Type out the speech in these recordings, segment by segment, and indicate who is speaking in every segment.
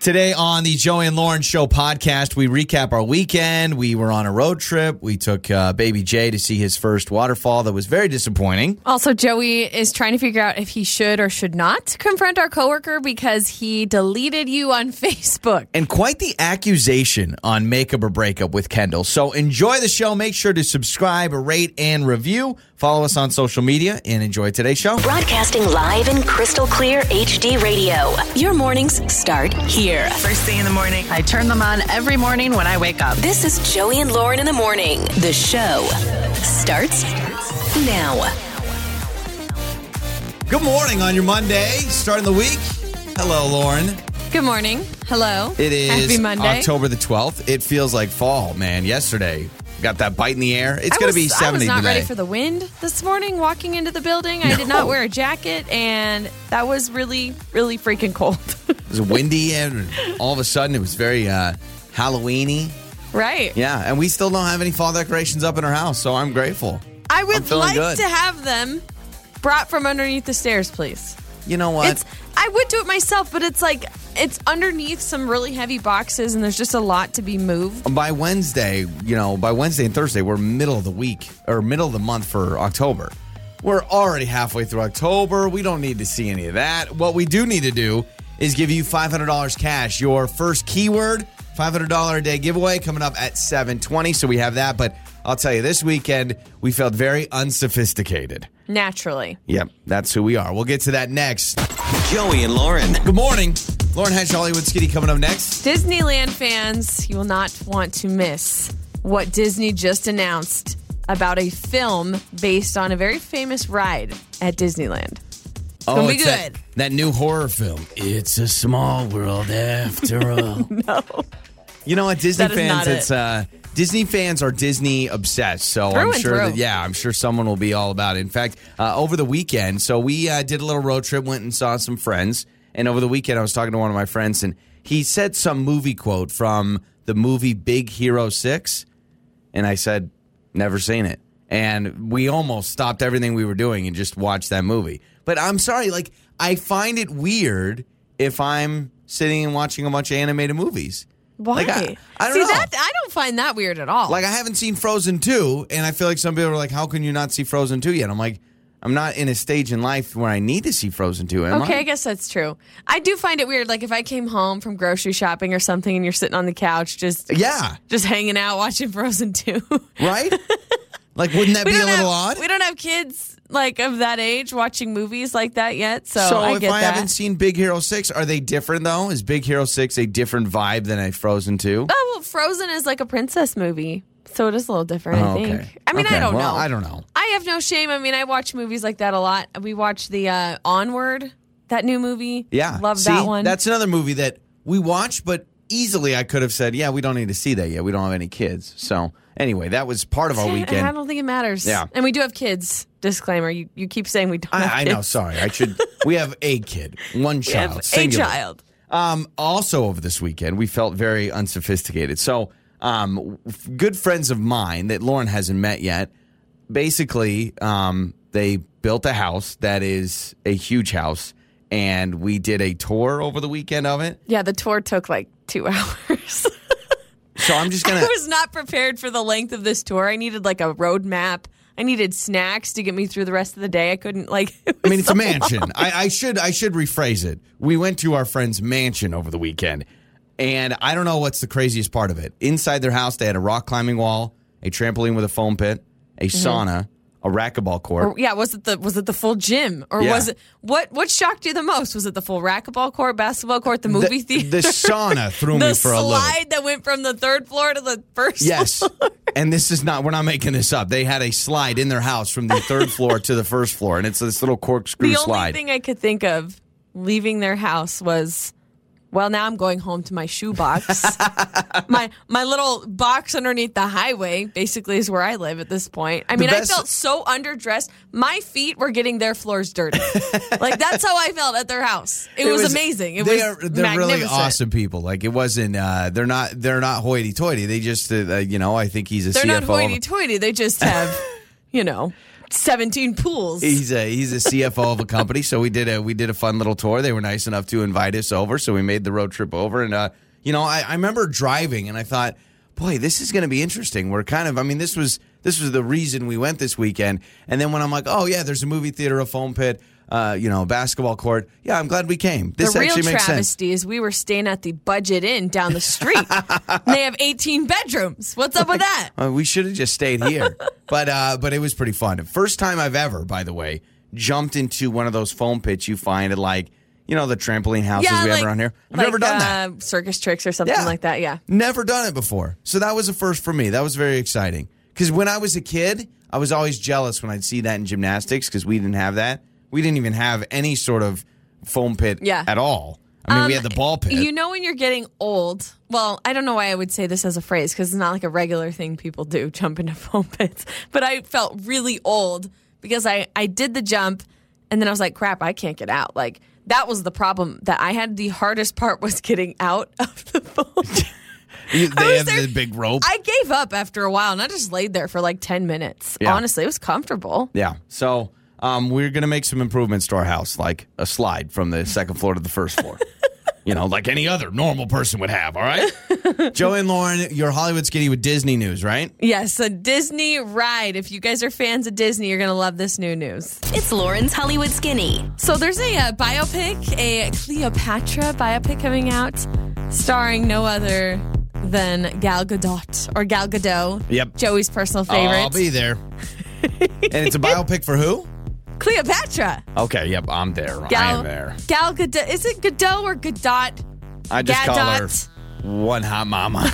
Speaker 1: Today on the Joey and Lauren Show podcast, we recap our weekend. We were on a road trip. We took uh, baby Jay to see his first waterfall that was very disappointing.
Speaker 2: Also, Joey is trying to figure out if he should or should not confront our coworker because he deleted you on Facebook.
Speaker 1: And quite the accusation on makeup or breakup with Kendall. So enjoy the show. Make sure to subscribe, rate, and review. Follow us on social media and enjoy today's show.
Speaker 3: Broadcasting live in crystal clear HD radio. Your mornings start here.
Speaker 4: First thing in the morning, I turn them on every morning when I wake up.
Speaker 3: This is Joey and Lauren in the morning. The show starts now.
Speaker 1: Good morning on your Monday, starting the week. Hello, Lauren.
Speaker 2: Good morning. Hello.
Speaker 1: It is
Speaker 2: Happy Monday.
Speaker 1: October the 12th. It feels like fall, man. Yesterday, got that bite in the air. It's
Speaker 2: I
Speaker 1: going to
Speaker 2: was-
Speaker 1: be 70
Speaker 2: I was not
Speaker 1: today.
Speaker 2: ready for the wind this morning walking into the building. I did not wear a jacket, and that was really, really freaking cold.
Speaker 1: It was windy, and all of a sudden it was very uh, Halloweeny.
Speaker 2: right.
Speaker 1: Yeah, and we still don't have any fall decorations up in our house, so I'm grateful.
Speaker 2: I
Speaker 1: I'm
Speaker 2: would
Speaker 1: feeling
Speaker 2: like
Speaker 1: good.
Speaker 2: to have them brought from underneath the stairs, please.
Speaker 1: You know what?
Speaker 2: It's I would do it myself, but it's like it's underneath some really heavy boxes and there's just a lot to be moved.
Speaker 1: by Wednesday, you know, by Wednesday and Thursday, we're middle of the week or middle of the month for October. We're already halfway through October. We don't need to see any of that. What we do need to do is give you $500 cash. Your first keyword, $500 a day giveaway coming up at 720. So we have that. But I'll tell you, this weekend, we felt very unsophisticated.
Speaker 2: Naturally.
Speaker 1: Yep, that's who we are. We'll get to that next.
Speaker 5: Joey and Lauren.
Speaker 1: Good morning. Lauren Hedge, Hollywood Skitty coming up next.
Speaker 2: Disneyland fans, you will not want to miss what Disney just announced about a film based on a very famous ride at Disneyland.
Speaker 1: Oh,
Speaker 2: gonna be
Speaker 1: it's that-
Speaker 2: good.
Speaker 1: That, new horror film. It's a small world after all. no. You know what, Disney
Speaker 2: That is
Speaker 1: fans,
Speaker 2: not it.
Speaker 1: it's uh Disney fans are Disney obsessed, so
Speaker 2: Through
Speaker 1: I'm
Speaker 2: and
Speaker 1: sure that
Speaker 2: through.
Speaker 1: yeah, I'm sure someone will be all about it. In fact, uh, over the weekend, so we uh, did a little road trip, went and saw some friends, and over the weekend I was talking to one of my friends, and he said some movie quote from the movie Big Hero Six. And I said, never seen it. And we almost stopped everything we were doing and just watched that movie. But I'm sorry, like, I find it weird if I'm sitting and watching a bunch of animated movies.
Speaker 2: Why?
Speaker 1: Like, I, I don't
Speaker 2: See
Speaker 1: know.
Speaker 2: that I don't find that weird at all.
Speaker 1: like, I haven't seen Frozen 2, and I feel like some people are like, how can you not see Frozen 2 yet? I'm like, I'm not in a stage in life where I need to see Frozen 2, am
Speaker 2: Okay,
Speaker 1: I?
Speaker 2: I guess that's true. I do find it weird. Like if I came home from grocery shopping or something, and you're sitting on the couch just
Speaker 1: Yeah,
Speaker 2: just hanging out watching Frozen Two.
Speaker 1: right? like, wouldn't that be a little
Speaker 2: have,
Speaker 1: odd?
Speaker 2: We don't have kids like of that age watching movies like that yet. So,
Speaker 1: So,
Speaker 2: I
Speaker 1: if
Speaker 2: get
Speaker 1: I
Speaker 2: that.
Speaker 1: haven't seen Big Hero Six, are they different though? Is Big Hero Six a different vibe than a Frozen Two?
Speaker 2: oh well, Frozen is like a princess movie, so it is a little different. I think. I mean, I
Speaker 1: Oh, Okay,
Speaker 2: don't
Speaker 1: well,
Speaker 2: know.
Speaker 1: I don't know.
Speaker 2: I have no shame. I mean, I watch movies like that a lot. We watched the uh, Onward, that new movie.
Speaker 1: Yeah,
Speaker 2: love
Speaker 1: See,
Speaker 2: that one.
Speaker 1: That's another movie that we watched, but easily I could have said, "Yeah, we don't need to see that yet. We don't have any kids." So anyway, that was part of our
Speaker 2: And I
Speaker 1: weekend.
Speaker 2: don't think it matters.
Speaker 1: Yeah.
Speaker 2: And we do have kids. Disclaimer. You you keep saying we don't have
Speaker 1: I, I know.
Speaker 2: kids.
Speaker 1: Sorry, I should. we have a kid, one
Speaker 2: We
Speaker 1: child,
Speaker 2: have a
Speaker 1: singular.
Speaker 2: child.
Speaker 1: Um, also, over this weekend, we felt very unsophisticated. So, um, f- good friends of mine that Lauren hasn't met yet, basically, um, they built a house that is a huge house, and we did a tour over the weekend of it.
Speaker 2: Yeah, the tour took like two hours.
Speaker 1: So, I'm just
Speaker 2: I
Speaker 1: gonna.
Speaker 2: was not prepared for the length of this tour. I needed like a road map. I needed snacks to get me through the rest of the day. I couldn't like. it
Speaker 1: I mean,
Speaker 2: was
Speaker 1: it's a
Speaker 2: so
Speaker 1: mansion. I, I should I should rephrase it. We went to our friend's mansion over the weekend, and I don't know what's the craziest part of it. Inside their house, they had a rock climbing wall, a trampoline with a foam pit, a
Speaker 2: Mm-hmm.
Speaker 1: sauna, a racquetball court.
Speaker 2: long. Yeah, was it the was it the full gym or
Speaker 1: Yeah.
Speaker 2: was it what what shocked you the most? Was it the full racquetball court, basketball court, the movie
Speaker 1: the,
Speaker 2: theater,
Speaker 1: the sauna threw
Speaker 2: the
Speaker 1: me for a loop.
Speaker 2: slide that went from the third floor to the first?
Speaker 1: Yes. And this is not, we're not making this up. They had a slide in their house from the third floor to the first floor, and it's this little corkscrew
Speaker 2: the only
Speaker 1: slide.
Speaker 2: thing I could think of leaving their house was, well, now I'm going home to my shoebox. my my little box underneath the highway basically is where I live at this point. I mean,
Speaker 1: best-
Speaker 2: I felt so underdressed. My feet were getting their floors dirty. like that's how I felt at their house. It, was, amazing. It
Speaker 1: they
Speaker 2: was
Speaker 1: are, they're really
Speaker 2: magnificent.
Speaker 1: awesome people. Like it wasn't. Uh, they're not. They're not hoity-toity. They just. Uh, you know. I think he's a
Speaker 2: They're
Speaker 1: CFO.
Speaker 2: not
Speaker 1: of-
Speaker 2: hoity-toity. They just have, you know, 17 pools.
Speaker 1: He's a he's a CFO of a company, so we did a we did a fun little tour. They were nice enough to invite us over, so we made the road trip over. And uh, you know, I, I remember driving, and I thought, boy, this is going to be interesting. We're kind of, I mean, this was this was the reason we went this weekend. And then when I'm like, oh yeah, there's a movie theater, a foam pit, uh, you know, a basketball court. Yeah, I'm glad we came. This
Speaker 2: the real
Speaker 1: actually makes sense.
Speaker 2: travesty is we were staying at the Budget Inn down the street. and they have 18 bedrooms. What's up with that?
Speaker 1: Uh, we should have just stayed here. but uh, but it was pretty fun. First time I've ever, by the way, jumped into one of those foam pits you find at like you know the trampoline houses we have around here. I've
Speaker 2: like,
Speaker 1: never done that.
Speaker 2: Uh, circus tricks or something
Speaker 1: Yeah.
Speaker 2: like that. Yeah.
Speaker 1: Never done it before. So that was a first for me. That was very exciting. Because when I was a kid, I was always jealous when I'd see that in gymnastics because we didn't have that. We didn't even have any sort of foam pit
Speaker 2: Yeah.
Speaker 1: at all. I mean, we
Speaker 2: Um,
Speaker 1: had the ball pit.
Speaker 2: You know when you're getting old. Well, I don't know why I would say this as a phrase because it's not like a regular thing people do jump into foam pits. But I felt really old because I I did the jump and then I was like, crap, I can't get out. Like that was the problem that I had. The hardest part was getting out of the foam. pit.
Speaker 1: You-
Speaker 2: I
Speaker 1: they
Speaker 2: was
Speaker 1: have
Speaker 2: there-
Speaker 1: the big rope.
Speaker 2: I gave up after a while and I just laid there for like ten minutes.
Speaker 1: Yeah.
Speaker 2: Honestly, it was comfortable.
Speaker 1: Yeah. So um, we're going to make some improvements to our house, like a slide from the second floor to the first floor. you know, like any other normal person would have. All right. Joe and Lauren, your Hollywood skinny with Disney news, right?
Speaker 2: Yes, a Disney ride. If you guys are fans of Disney, you're gonna love this new news.
Speaker 3: It's Lauren's Hollywood Skinny.
Speaker 2: So there's a, uh biopic, a Cleopatra biopic coming out, starring no other than Gal Gadot or Gal Gadot.
Speaker 1: Yep.
Speaker 2: Joey's personal
Speaker 1: I'll
Speaker 2: favorite.
Speaker 1: be there. and it's a biopic for who?
Speaker 2: Cleopatra.
Speaker 1: Okay. Yep. I'm there. I
Speaker 2: Gal.
Speaker 1: am there.
Speaker 2: Gal Gadot. Is it Gadot or Gadot?
Speaker 1: I just
Speaker 2: Gadot.
Speaker 1: call her one hot mama.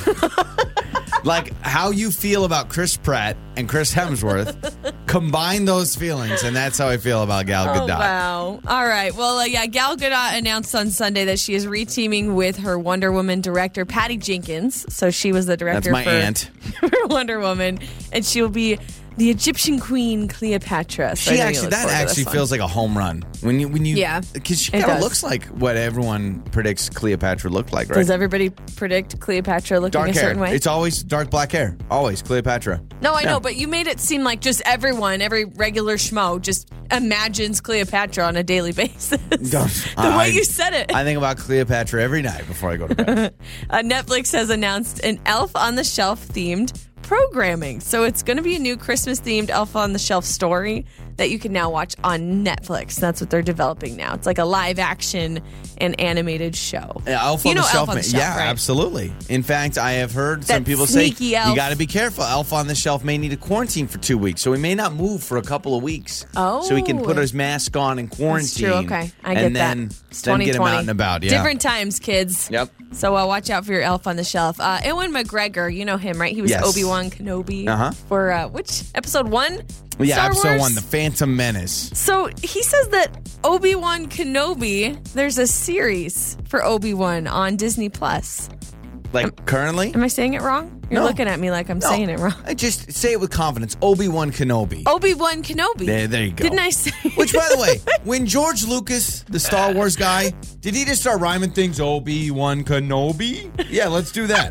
Speaker 1: like how you feel about Chris Pratt and Chris Hemsworth. combine those feelings, and that's how I feel about Gal
Speaker 2: Oh,
Speaker 1: Gadot.
Speaker 2: wow. All right. Well, uh, yeah, Gal Gadot announced on Sunday that she is reteaming with her Wonder Woman director, Patty Jenkins. So she was the
Speaker 1: That's
Speaker 2: director
Speaker 1: my
Speaker 2: for,
Speaker 1: aunt.
Speaker 2: for Wonder Woman, and she'll be the Egyptian queen, Cleopatra.
Speaker 1: She
Speaker 2: So I know you
Speaker 1: actually
Speaker 2: look
Speaker 1: that
Speaker 2: forward to this
Speaker 1: actually
Speaker 2: one.
Speaker 1: feels like a home run when you when you
Speaker 2: Yeah,
Speaker 1: because she
Speaker 2: it
Speaker 1: kind of
Speaker 2: does.
Speaker 1: looks like what everyone predicts Cleopatra looked like right
Speaker 2: Does everybody predict Cleopatra looking
Speaker 1: dark
Speaker 2: a
Speaker 1: hair
Speaker 2: certain way?
Speaker 1: it's always dark black hair always Cleopatra
Speaker 2: no, I
Speaker 1: Yeah.
Speaker 2: know, but you made it seem like just everyone, every regular schmo, just imagines Cleopatra on a daily basis.
Speaker 1: Don't-
Speaker 2: the
Speaker 1: I-
Speaker 2: way you said it.
Speaker 1: I think about Cleopatra every night before I go to bed
Speaker 2: uh, Netflix has announced an Elf on the Shelf themed programming. So it's going to be a new Christmas themed Elf on the Shelf story that you can now watch on Netflix. That's what they're developing now. It's like a live action and animated show.
Speaker 1: Yeah, Elf
Speaker 2: You
Speaker 1: on the
Speaker 2: know
Speaker 1: Shelf
Speaker 2: Elf on
Speaker 1: ma-
Speaker 2: the Shelf,
Speaker 1: yeah
Speaker 2: right?
Speaker 1: absolutely in fact I have heard some
Speaker 2: That
Speaker 1: people say
Speaker 2: sneaky elf.
Speaker 1: you got to be careful Elf on the Shelf may need a quarantine for two weeks so he may not move for a couple of weeks so he can
Speaker 2: Oh.
Speaker 1: put his mask on and
Speaker 2: It's
Speaker 1: quarantine
Speaker 2: true. Okay, I get
Speaker 1: and
Speaker 2: that.
Speaker 1: then
Speaker 2: It's
Speaker 1: then get him
Speaker 2: 2020.
Speaker 1: out and about yeah
Speaker 2: Different times, kids.
Speaker 1: Yep.
Speaker 2: So uh, watch out for your elf on the shelf. Uh, Ewan McGregor, you know him, right? He was
Speaker 1: Yes.
Speaker 2: Obi Wan Kenobi
Speaker 1: Uh-huh.
Speaker 2: for uh, which episode one?
Speaker 1: yeah
Speaker 2: Star
Speaker 1: episode
Speaker 2: Wars?
Speaker 1: one the Phantom Menace.
Speaker 2: so he says that Obi Wan Kenobi. There's a series for Obi Wan on Disney Plus.
Speaker 1: Like currently?
Speaker 2: Am I saying it wrong? You're
Speaker 1: No.
Speaker 2: looking at me like I'm saying it wrong. Oh.
Speaker 1: I just say it with confidence. Obi Wan Kenobi.
Speaker 2: Obi Wan Kenobi.
Speaker 1: There, there you go.
Speaker 2: Didn't I say?
Speaker 1: Which, by the way, when George Lucas, the Star Wars guy, did he just start rhyming things? Obi Wan Kenobi. Yeah, let's do that.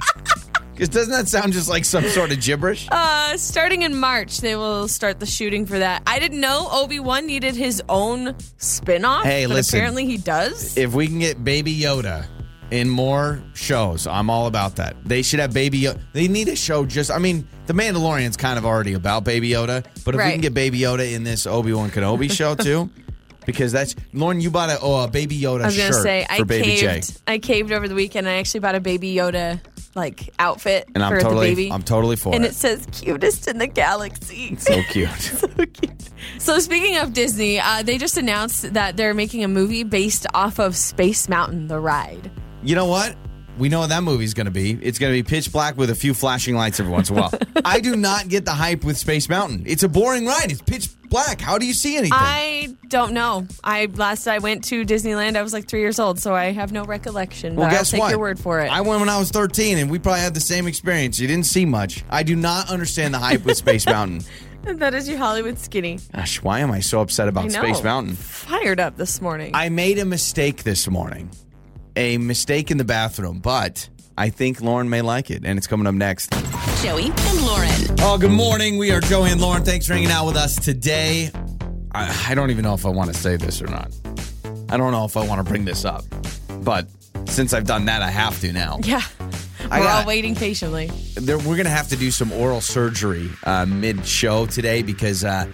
Speaker 1: Because doesn't that sound just like some sort of gibberish?
Speaker 2: Uh, starting in March, they will start the shooting for that. I didn't know Obi Wan needed his own spin off.
Speaker 1: Hey,
Speaker 2: but
Speaker 1: listen.
Speaker 2: Apparently, he does.
Speaker 1: if we can get Baby Yoda in more shows, I'm all about that. They should have Baby Yoda. They need a show just, I mean, The Mandalorian's kind of already about Baby Yoda, but if we
Speaker 2: Right.
Speaker 1: can get Baby Yoda in this Obi Wan Kenobi show too, because that's, Lauren, you bought a, oh, a Baby Yoda
Speaker 2: I was gonna
Speaker 1: shirt
Speaker 2: say
Speaker 1: for
Speaker 2: I
Speaker 1: Baby
Speaker 2: caved.
Speaker 1: Jay.
Speaker 2: I caved over the weekend. I actually bought a baby Yoda like outfit
Speaker 1: And
Speaker 2: for
Speaker 1: I'm totally,
Speaker 2: the baby.
Speaker 1: I'm totally for
Speaker 2: and
Speaker 1: it.
Speaker 2: it says cutest in the galaxy.
Speaker 1: so cute.
Speaker 2: so cute. So speaking of Disney, uh, they just announced that they're making a movie based off of Space Mountain, the ride.
Speaker 1: You know what? We know what that movie's going to be. It's going to be pitch black with a few flashing lights every once in a while. I do not get the hype with Space Mountain. It's a boring ride. It's pitch black. How do you see anything?
Speaker 2: I don't know. I last I went to Disneyland, I was like three years old, so I have no recollection.
Speaker 1: Well,
Speaker 2: but
Speaker 1: guess
Speaker 2: I'll take
Speaker 1: what?
Speaker 2: your word for it.
Speaker 1: I went when I was 13, and we probably had the same experience. You didn't see much. I do not understand the hype with Space Mountain.
Speaker 2: that is your Hollywood skinny.
Speaker 1: Gosh, why am I so upset about
Speaker 2: I know.
Speaker 1: Space Mountain?
Speaker 2: Fired up this morning.
Speaker 1: I made a mistake this morning, a mistake in the bathroom, but I think Lauren may like it, and it's coming up next.
Speaker 3: Joey and Lauren.
Speaker 1: Oh, good morning. We are Joey and Lauren. Thanks for hanging out with us today. I, I don't even know if I want to say this or not. I don't know if I want to bring this up, but since I've done that, I have to now.
Speaker 2: Yeah.
Speaker 1: I
Speaker 2: We're
Speaker 1: got-
Speaker 2: all waiting patiently.
Speaker 1: There, we're gonna have to do some oral surgery uh, mid-show today because uh,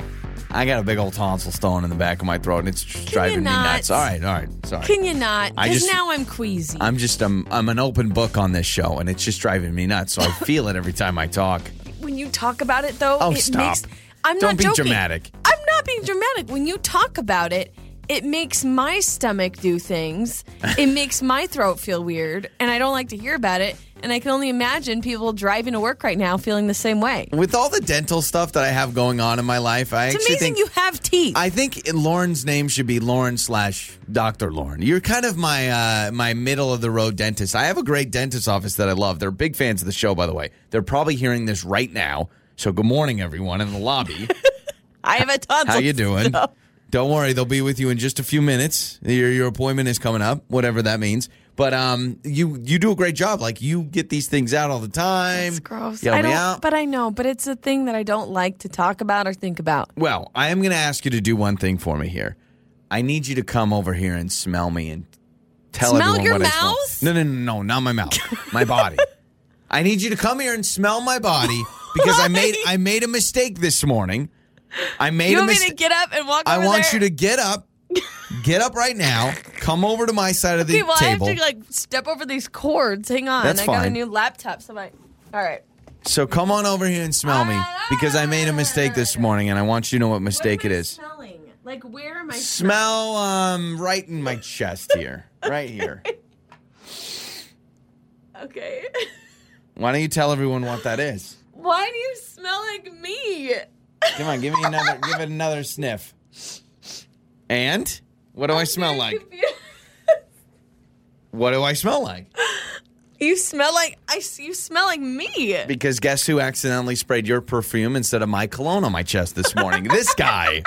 Speaker 1: I got a big old tonsil stone in the back of my throat, and it's just driving me
Speaker 2: not?
Speaker 1: nuts. All right, all right, sorry.
Speaker 2: Can you not?
Speaker 1: I
Speaker 2: Because
Speaker 1: just-
Speaker 2: now I'm queasy.
Speaker 1: I'm just I'm I'm an open book on this show, and it's just driving me nuts. So I feel it every time I talk.
Speaker 2: when you talk about it, though,
Speaker 1: Oh,
Speaker 2: it
Speaker 1: stop.
Speaker 2: makes. I'm
Speaker 1: Don't
Speaker 2: not
Speaker 1: be
Speaker 2: joking.
Speaker 1: dramatic.
Speaker 2: I'm not being dramatic. When you talk about it, it makes my stomach do things. it makes my throat feel weird, and I don't like to hear about it. And I can only imagine people driving to work right now feeling the same way.
Speaker 1: With all the dental stuff that I have going on in my life, I
Speaker 2: It's
Speaker 1: actually
Speaker 2: amazing
Speaker 1: think
Speaker 2: you have teeth.
Speaker 1: I think Lauren's name should be Lauren slash Doctor Lauren. You're kind of my uh, my middle of the road dentist. I have a great dentist office that I love. They're big fans of the show, by the way. They're probably hearing this right now. So good morning, everyone in the lobby.
Speaker 2: I have a tonsil.
Speaker 1: How you doing? Don't worry, they'll be with you in just a few minutes. Your your appointment is coming up, whatever that means. But um, you you do a great job. Like you get these things out all the time.
Speaker 2: It's gross.
Speaker 1: You help
Speaker 2: I
Speaker 1: me
Speaker 2: don't,
Speaker 1: out.
Speaker 2: but I know. But it's a thing that I don't like to talk about or think about.
Speaker 1: Well, I am going to ask you to do one thing for me here. I need you to come over here and smell me and tell
Speaker 2: Smell
Speaker 1: everyone
Speaker 2: your
Speaker 1: what I smell.
Speaker 2: mouth?
Speaker 1: No, no, no, no, not my mouth. My body. I need you to come here and smell my body because I made I made a mistake this morning. I made a
Speaker 2: You want me to
Speaker 1: mistake.
Speaker 2: get up and walk
Speaker 1: I
Speaker 2: over
Speaker 1: want
Speaker 2: there?
Speaker 1: you to get up. Get up right now. Come over to my side of the
Speaker 2: Okay, well,
Speaker 1: table.
Speaker 2: I have to like step over these cords. Hang on,
Speaker 1: That's
Speaker 2: I got a
Speaker 1: fine.
Speaker 2: new laptop, so my. All right.
Speaker 1: so come on over here and smell me
Speaker 2: Ah,
Speaker 1: because I made a mistake this morning and I want you to know what mistake it is.
Speaker 2: Smelling. Like, where am I?
Speaker 1: Smell um right in my chest here. Right here.
Speaker 2: okay.
Speaker 1: Why don't you tell everyone what that is?
Speaker 2: Why do you smell like me?
Speaker 1: Come on, give me another give it another sniff. And what do i smell like? What do I smell like?
Speaker 2: You smell like I. s- You smell like me.
Speaker 1: Because guess who accidentally sprayed your perfume instead of my cologne on my chest this morning? this guy.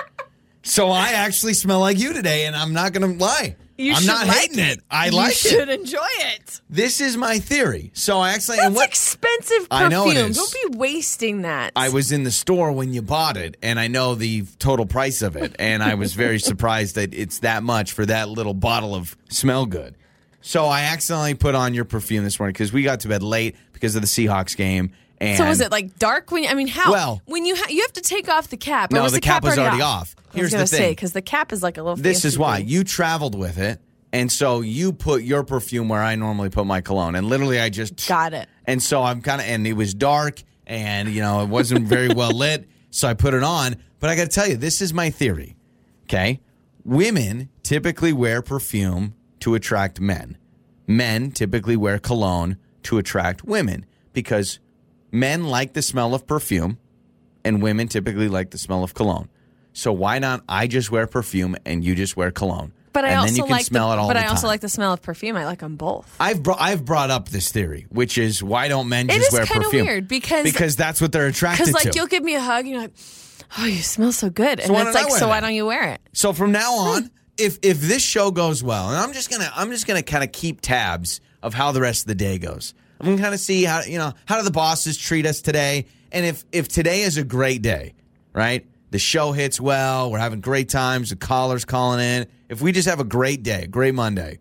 Speaker 1: So I actually smell like you today, and I'm not gonna lie.
Speaker 2: You
Speaker 1: I'm
Speaker 2: should
Speaker 1: not
Speaker 2: like
Speaker 1: hating it. I
Speaker 2: you
Speaker 1: like
Speaker 2: should
Speaker 1: it.
Speaker 2: enjoy it.
Speaker 1: This is my theory. So I actually
Speaker 2: That's
Speaker 1: and what
Speaker 2: expensive perfume.
Speaker 1: I know it is.
Speaker 2: Don't be wasting that.
Speaker 1: I was in the store when you bought it, and I know the total price of it, and I was very surprised that it's that much for that little bottle of smell good. So I accidentally put on your perfume this morning because we got to bed late because of the Seahawks game. And
Speaker 2: So was it like dark when? I mean, how?
Speaker 1: Well-
Speaker 2: when you ha- you have to take off the cap. or
Speaker 1: No,
Speaker 2: was
Speaker 1: the
Speaker 2: the,
Speaker 1: cap was already off. Here's
Speaker 2: I was gonna
Speaker 1: the
Speaker 2: say
Speaker 1: thing.
Speaker 2: because the cap is like a little.
Speaker 1: This
Speaker 2: fancy
Speaker 1: is why
Speaker 2: thing.
Speaker 1: you traveled with it, and so you put your perfume where I normally put my cologne, and literally I just
Speaker 2: Got it.
Speaker 1: And so I'm kind of, and it was dark, and you know it wasn't very well lit, so I put it on. But I got to tell you, this is my theory. Okay, women typically wear perfume to attract men. Men typically wear cologne to attract women because men like the smell of perfume and women typically like the smell of cologne. So why not I just wear perfume and you just wear cologne?
Speaker 2: But
Speaker 1: and
Speaker 2: I also
Speaker 1: then you can
Speaker 2: like
Speaker 1: smell
Speaker 2: the,
Speaker 1: it all
Speaker 2: But
Speaker 1: the
Speaker 2: I also
Speaker 1: time.
Speaker 2: like the smell of perfume. I like them both.
Speaker 1: I've brought I've brought up this theory, which is why don't men
Speaker 2: It
Speaker 1: just
Speaker 2: is
Speaker 1: wear
Speaker 2: kinda
Speaker 1: perfume?
Speaker 2: weird because-
Speaker 1: because that's what they're attracted
Speaker 2: Because like
Speaker 1: to.
Speaker 2: you'll give me a hug, and you're like, oh, you smell so good, and
Speaker 1: why
Speaker 2: it's
Speaker 1: don't I
Speaker 2: like,
Speaker 1: wear
Speaker 2: so why
Speaker 1: that?
Speaker 2: don't you wear it?
Speaker 1: So from now
Speaker 2: Hmm.
Speaker 1: on, if if this show goes well, and I'm just gonna I'm just gonna kind of keep tabs of how the rest of the day goes. I'm gonna kind of see how you know how do the bosses treat us today, and if if today is a great day, right? The show hits well, we're having great times, the callers calling in. If we just have a great day, great Monday,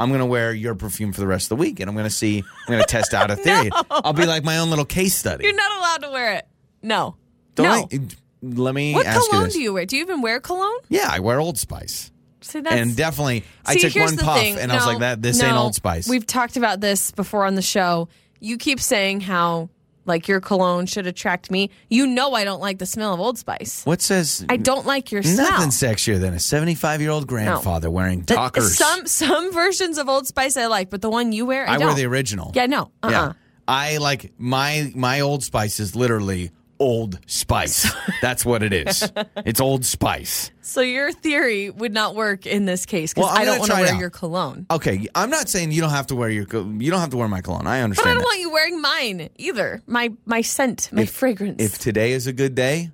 Speaker 1: I'm gonna wear your perfume for the rest of the week, and I'm gonna see. I'm gonna test out a theory. I'll be like my own little case study.
Speaker 2: You're not allowed to wear it. No. no.
Speaker 1: Don't I- let me
Speaker 2: what
Speaker 1: ask you
Speaker 2: cologne
Speaker 1: this.
Speaker 2: do you wear? Do you even wear cologne?
Speaker 1: yeah, I wear Old Spice.
Speaker 2: See, that's
Speaker 1: and definitely, I
Speaker 2: See,
Speaker 1: took
Speaker 2: here's
Speaker 1: one
Speaker 2: the
Speaker 1: puff
Speaker 2: thing.
Speaker 1: and I was
Speaker 2: No,
Speaker 1: like, "That this ain't
Speaker 2: no.
Speaker 1: Old Spice."
Speaker 2: We've talked about this before on the show. You keep saying how like your cologne should attract me. You know I don't like the smell of Old Spice.
Speaker 1: what says
Speaker 2: I don't like your smell.
Speaker 1: nothing sexier than a seventy-five-year-old grandfather wearing
Speaker 2: Th-
Speaker 1: Dockers?
Speaker 2: Some some versions of Old Spice I like, but the one you wear, I,
Speaker 1: I
Speaker 2: don't.
Speaker 1: wear the original.
Speaker 2: Yeah, no. Uh-uh.
Speaker 1: Yeah, I like my my Old Spice is literally Old Spice. That's what it is. It's Old Spice.
Speaker 2: So your theory would not work in this case because
Speaker 1: Well, I'm
Speaker 2: I don't
Speaker 1: gonna
Speaker 2: want to
Speaker 1: try it
Speaker 2: wear
Speaker 1: out.
Speaker 2: your cologne.
Speaker 1: Okay, I'm not saying you don't have to wear your co- you don't have to wear my cologne. I
Speaker 2: But I
Speaker 1: understand.
Speaker 2: don't
Speaker 1: that.
Speaker 2: want you wearing mine either. My my scent, my fragrance.
Speaker 1: if today is a good day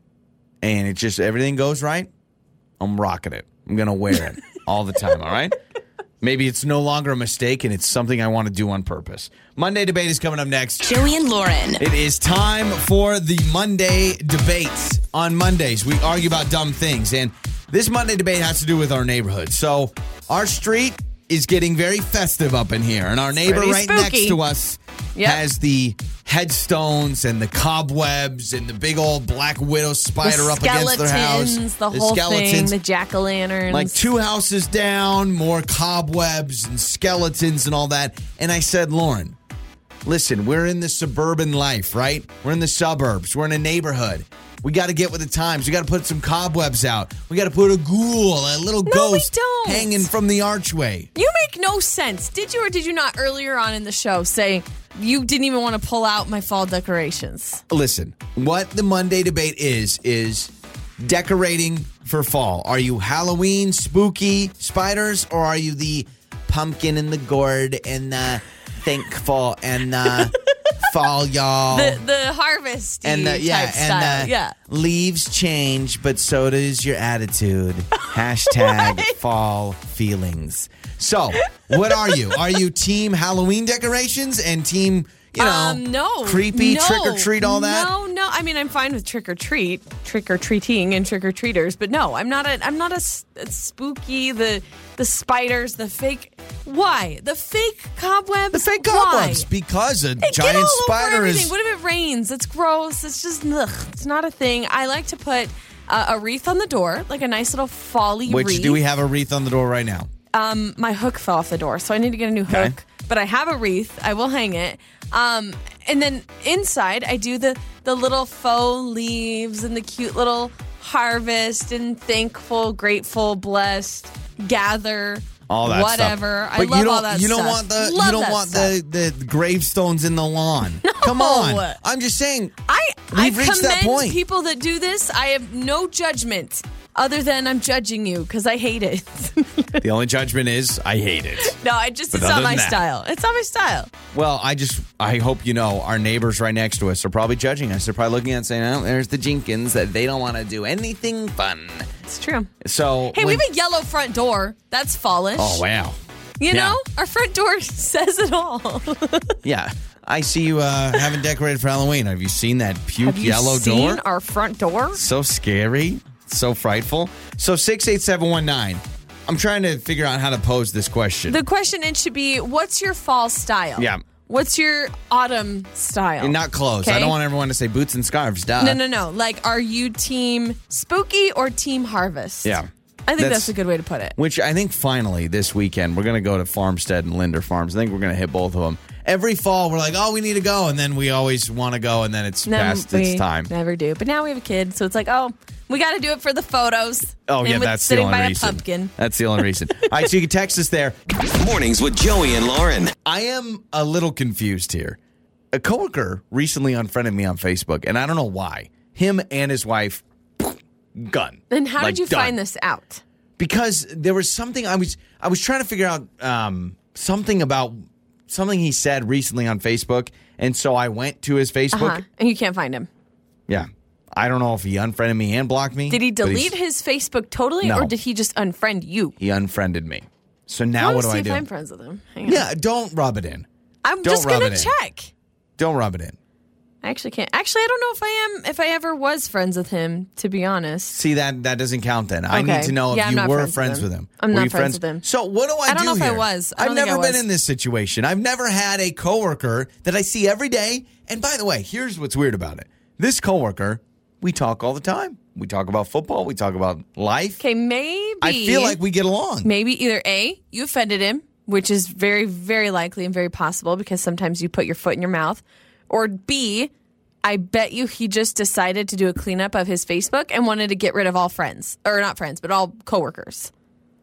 Speaker 1: and it just everything goes right, I'm rocking it. I'm gonna wear it all the time. All right. Maybe it's no longer a mistake and it's something I want to do on purpose. Monday debate is coming up next.
Speaker 3: Joey and Lauren.
Speaker 1: It is time for the Monday debates. On Mondays, we argue about dumb things. And this Monday debate has to do with our neighborhood. So, our street is getting very festive up in here. And our neighbor
Speaker 2: pretty
Speaker 1: right
Speaker 2: spooky.
Speaker 1: next to us
Speaker 2: Yep.
Speaker 1: has the headstones and the cobwebs and the big old black widow spider
Speaker 2: the
Speaker 1: up against their house.
Speaker 2: skeletons, the whole thing, the jack o' lanterns.
Speaker 1: Like two houses down, more cobwebs and skeletons and all that. And I said, Lauren, listen, we're in the suburban life, right? We're in the suburbs, we're in a neighborhood. We got to get with the times. We got to put some cobwebs out. We got to put a ghoul, a little
Speaker 2: we
Speaker 1: ghost
Speaker 2: don't.
Speaker 1: hanging from the archway.
Speaker 2: You make no sense. Did you or did you not earlier on in the show say you didn't even want to pull out my fall decorations?
Speaker 1: Listen, what the Monday debate is, is decorating for fall. Are you Halloween, spooky spiders, or are you the pumpkin and the gourd and the thankful and the fall, y'all?
Speaker 2: The the harvest
Speaker 1: Oh. and the, yeah,
Speaker 2: type style.
Speaker 1: and the
Speaker 2: yeah.
Speaker 1: leaves change, but so does your attitude. Hashtag fall feelings. So, what are you? Are you team Halloween decorations and team, you know,
Speaker 2: um, no.
Speaker 1: creepy
Speaker 2: no,
Speaker 1: trick or treat, all that?
Speaker 2: No, no. I mean, I'm fine with trick or treat, trick or treating, and trick or treaters. But no, I'm not a. I'm not a, s- a spooky. The the spiders, the fake. Why the fake cobwebs?
Speaker 1: The fake
Speaker 2: Why?
Speaker 1: cobwebs because a
Speaker 2: Hey, get
Speaker 1: giant
Speaker 2: all
Speaker 1: spider
Speaker 2: over everything.
Speaker 1: is.
Speaker 2: What if it rains? It's gross. It's just ugh, it's not a thing. I like to put uh, a wreath on the door, like a nice little folly
Speaker 1: Which
Speaker 2: wreath.
Speaker 1: do we have a wreath on the door right now?
Speaker 2: My hook fell off the door, so I need to get a new hook.
Speaker 1: Okay.
Speaker 2: But I have a wreath. I will hang it. Um, and then inside, I do the the little faux leaves and the cute little harvest and thankful, grateful, blessed, gather.
Speaker 1: All that
Speaker 2: whatever.
Speaker 1: stuff.
Speaker 2: I
Speaker 1: But
Speaker 2: love
Speaker 1: you don't,
Speaker 2: all that
Speaker 1: You don't
Speaker 2: stuff.
Speaker 1: want the
Speaker 2: Love
Speaker 1: you don't
Speaker 2: that
Speaker 1: want
Speaker 2: stuff.
Speaker 1: the the gravestones in the lawn. Come on. I'm just saying.
Speaker 2: I I
Speaker 1: We've
Speaker 2: commend
Speaker 1: reached that point.
Speaker 2: people that do this. I have no judgment other than I'm judging you because I hate it.
Speaker 1: the only judgment is I hate it.
Speaker 2: no, I just
Speaker 1: But
Speaker 2: it's not
Speaker 1: other
Speaker 2: my
Speaker 1: than that-
Speaker 2: style. It's not my style.
Speaker 1: Well, I just I hope you know our neighbors right next to us are probably judging us. They're probably looking at us saying, "Oh, there's the Jenkins that they don't want to do anything fun."
Speaker 2: It's true.
Speaker 1: So
Speaker 2: Hey,
Speaker 1: when-
Speaker 2: we have a yellow front door. That's fallish.
Speaker 1: Oh wow.
Speaker 2: you
Speaker 1: yeah.
Speaker 2: know, our front door says it all.
Speaker 1: Yeah. I see you uh, haven't decorated for Halloween. Have you seen that puke
Speaker 2: have you
Speaker 1: yellow
Speaker 2: seen
Speaker 1: door?
Speaker 2: our front door?
Speaker 1: so scary, so frightful. So 68719. I'm trying to figure out how to pose this question.
Speaker 2: The question it should be: What's your fall style?
Speaker 1: Yeah.
Speaker 2: What's your autumn style?
Speaker 1: and not uh, clothes. I
Speaker 2: Okay.
Speaker 1: don't want everyone to say boots and scarves. Duh.
Speaker 2: No, no, no. Like, are you team spooky or team harvest?
Speaker 1: Yeah.
Speaker 2: I think
Speaker 1: That's-
Speaker 2: that's, a good way to put it.
Speaker 1: Which I think finally this weekend we're going to go to Farmstead and Linder Farms. I think we're going to hit both of them. Every fall we're like, oh, we need to go, and then we always want to go, and then it's
Speaker 2: No,
Speaker 1: past
Speaker 2: we
Speaker 1: its time.
Speaker 2: Never do. But now we have a kid, so it's like, oh, we got to do it for the photos.
Speaker 1: Oh
Speaker 2: and
Speaker 1: yeah,
Speaker 2: with
Speaker 1: that's the
Speaker 2: sitting
Speaker 1: only
Speaker 2: by
Speaker 1: reason.
Speaker 2: a pumpkin.
Speaker 1: That's the only reason. All right, so you can text us there.
Speaker 5: Mornings with Joey and Lauren.
Speaker 1: I am a little confused here. A coworker recently unfriended me on Facebook, and I don't know why. Him and his wife, gun.
Speaker 2: And how
Speaker 1: Like,
Speaker 2: did you
Speaker 1: done.
Speaker 2: find this out?
Speaker 1: Because there was something I was I was trying to figure out um, something about something he said recently on Facebook, and so I went to his Facebook.
Speaker 2: Huh. And you can't find him.
Speaker 1: Yeah, I don't know if he unfriended me and blocked me.
Speaker 2: Did he
Speaker 1: but he's-
Speaker 2: delete his Facebook totally,
Speaker 1: No.
Speaker 2: or did he just unfriend you?
Speaker 1: He unfriended me. So now
Speaker 2: I
Speaker 1: what
Speaker 2: wanna
Speaker 1: do
Speaker 2: see
Speaker 1: I
Speaker 2: if
Speaker 1: do?
Speaker 2: I'm friends with him. Hang on.
Speaker 1: yeah, don't rub it in.
Speaker 2: I'm
Speaker 1: don't
Speaker 2: just
Speaker 1: rub
Speaker 2: gonna
Speaker 1: it in.
Speaker 2: check.
Speaker 1: Don't rub it in.
Speaker 2: I actually can't. Actually, I don't know if I am. If I ever was friends with him, to be honest.
Speaker 1: See that that doesn't count then. I
Speaker 2: Okay.
Speaker 1: need to know if
Speaker 2: Yeah, I'm
Speaker 1: you
Speaker 2: not
Speaker 1: were
Speaker 2: friends with
Speaker 1: friends
Speaker 2: him.
Speaker 1: with him.
Speaker 2: I'm
Speaker 1: Were
Speaker 2: not
Speaker 1: you
Speaker 2: friends with him.
Speaker 1: So what do I,
Speaker 2: I don't know if I
Speaker 1: here?
Speaker 2: was. I
Speaker 1: I've
Speaker 2: don't think
Speaker 1: never
Speaker 2: I
Speaker 1: been
Speaker 2: was.
Speaker 1: in this situation. I've never had a coworker that I see every day. And by the way, here's what's weird about it. This coworker, we talk all the time. We talk about football. We talk about life.
Speaker 2: Okay, maybe.
Speaker 1: I feel like we get along.
Speaker 2: maybe either A, you offended him, which is very, very likely and very possible because sometimes you put your foot in your mouth, or B, I bet you he just decided to do a cleanup of his Facebook and wanted to get rid of all friends, or not friends, but all coworkers.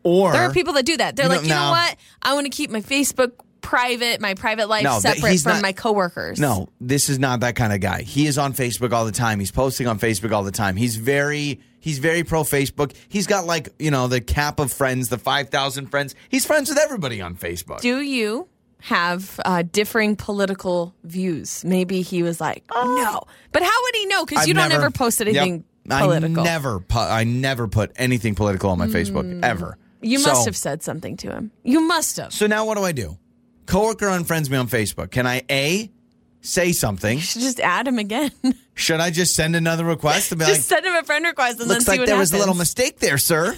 Speaker 1: Or
Speaker 2: There are people that do that. They're
Speaker 1: No,
Speaker 2: like, you
Speaker 1: no.
Speaker 2: know what? I want to keep my Facebook private, my private life
Speaker 1: No, that-
Speaker 2: separate
Speaker 1: he's
Speaker 2: from
Speaker 1: not-
Speaker 2: my coworkers.
Speaker 1: No, this is not that kind of guy. He is on Facebook all the time. He's posting on Facebook all the time. He's very he's very pro Facebook. He's got like, you know, the cap of friends, the 5,000 friends. He's friends with everybody on Facebook.
Speaker 2: Do you have uh, differing political views? Maybe he was like, no. But how would he know? Because
Speaker 1: Uh, I've
Speaker 2: you don't
Speaker 1: never-
Speaker 2: ever post
Speaker 1: Yep.
Speaker 2: anything political. Mm.
Speaker 1: I never, pu- I never put anything political on my Facebook ever.
Speaker 2: You
Speaker 1: So-
Speaker 2: must have said something to him. You must have.
Speaker 1: So now what do I do? Coworker unfriends me on Facebook. Can I A, say something?
Speaker 2: Should just add him again.
Speaker 1: Should I just send another request to be like,
Speaker 2: just send him a friend request and
Speaker 1: looks
Speaker 2: then see
Speaker 1: like
Speaker 2: what
Speaker 1: there
Speaker 2: happens.
Speaker 1: was a little mistake there, sir.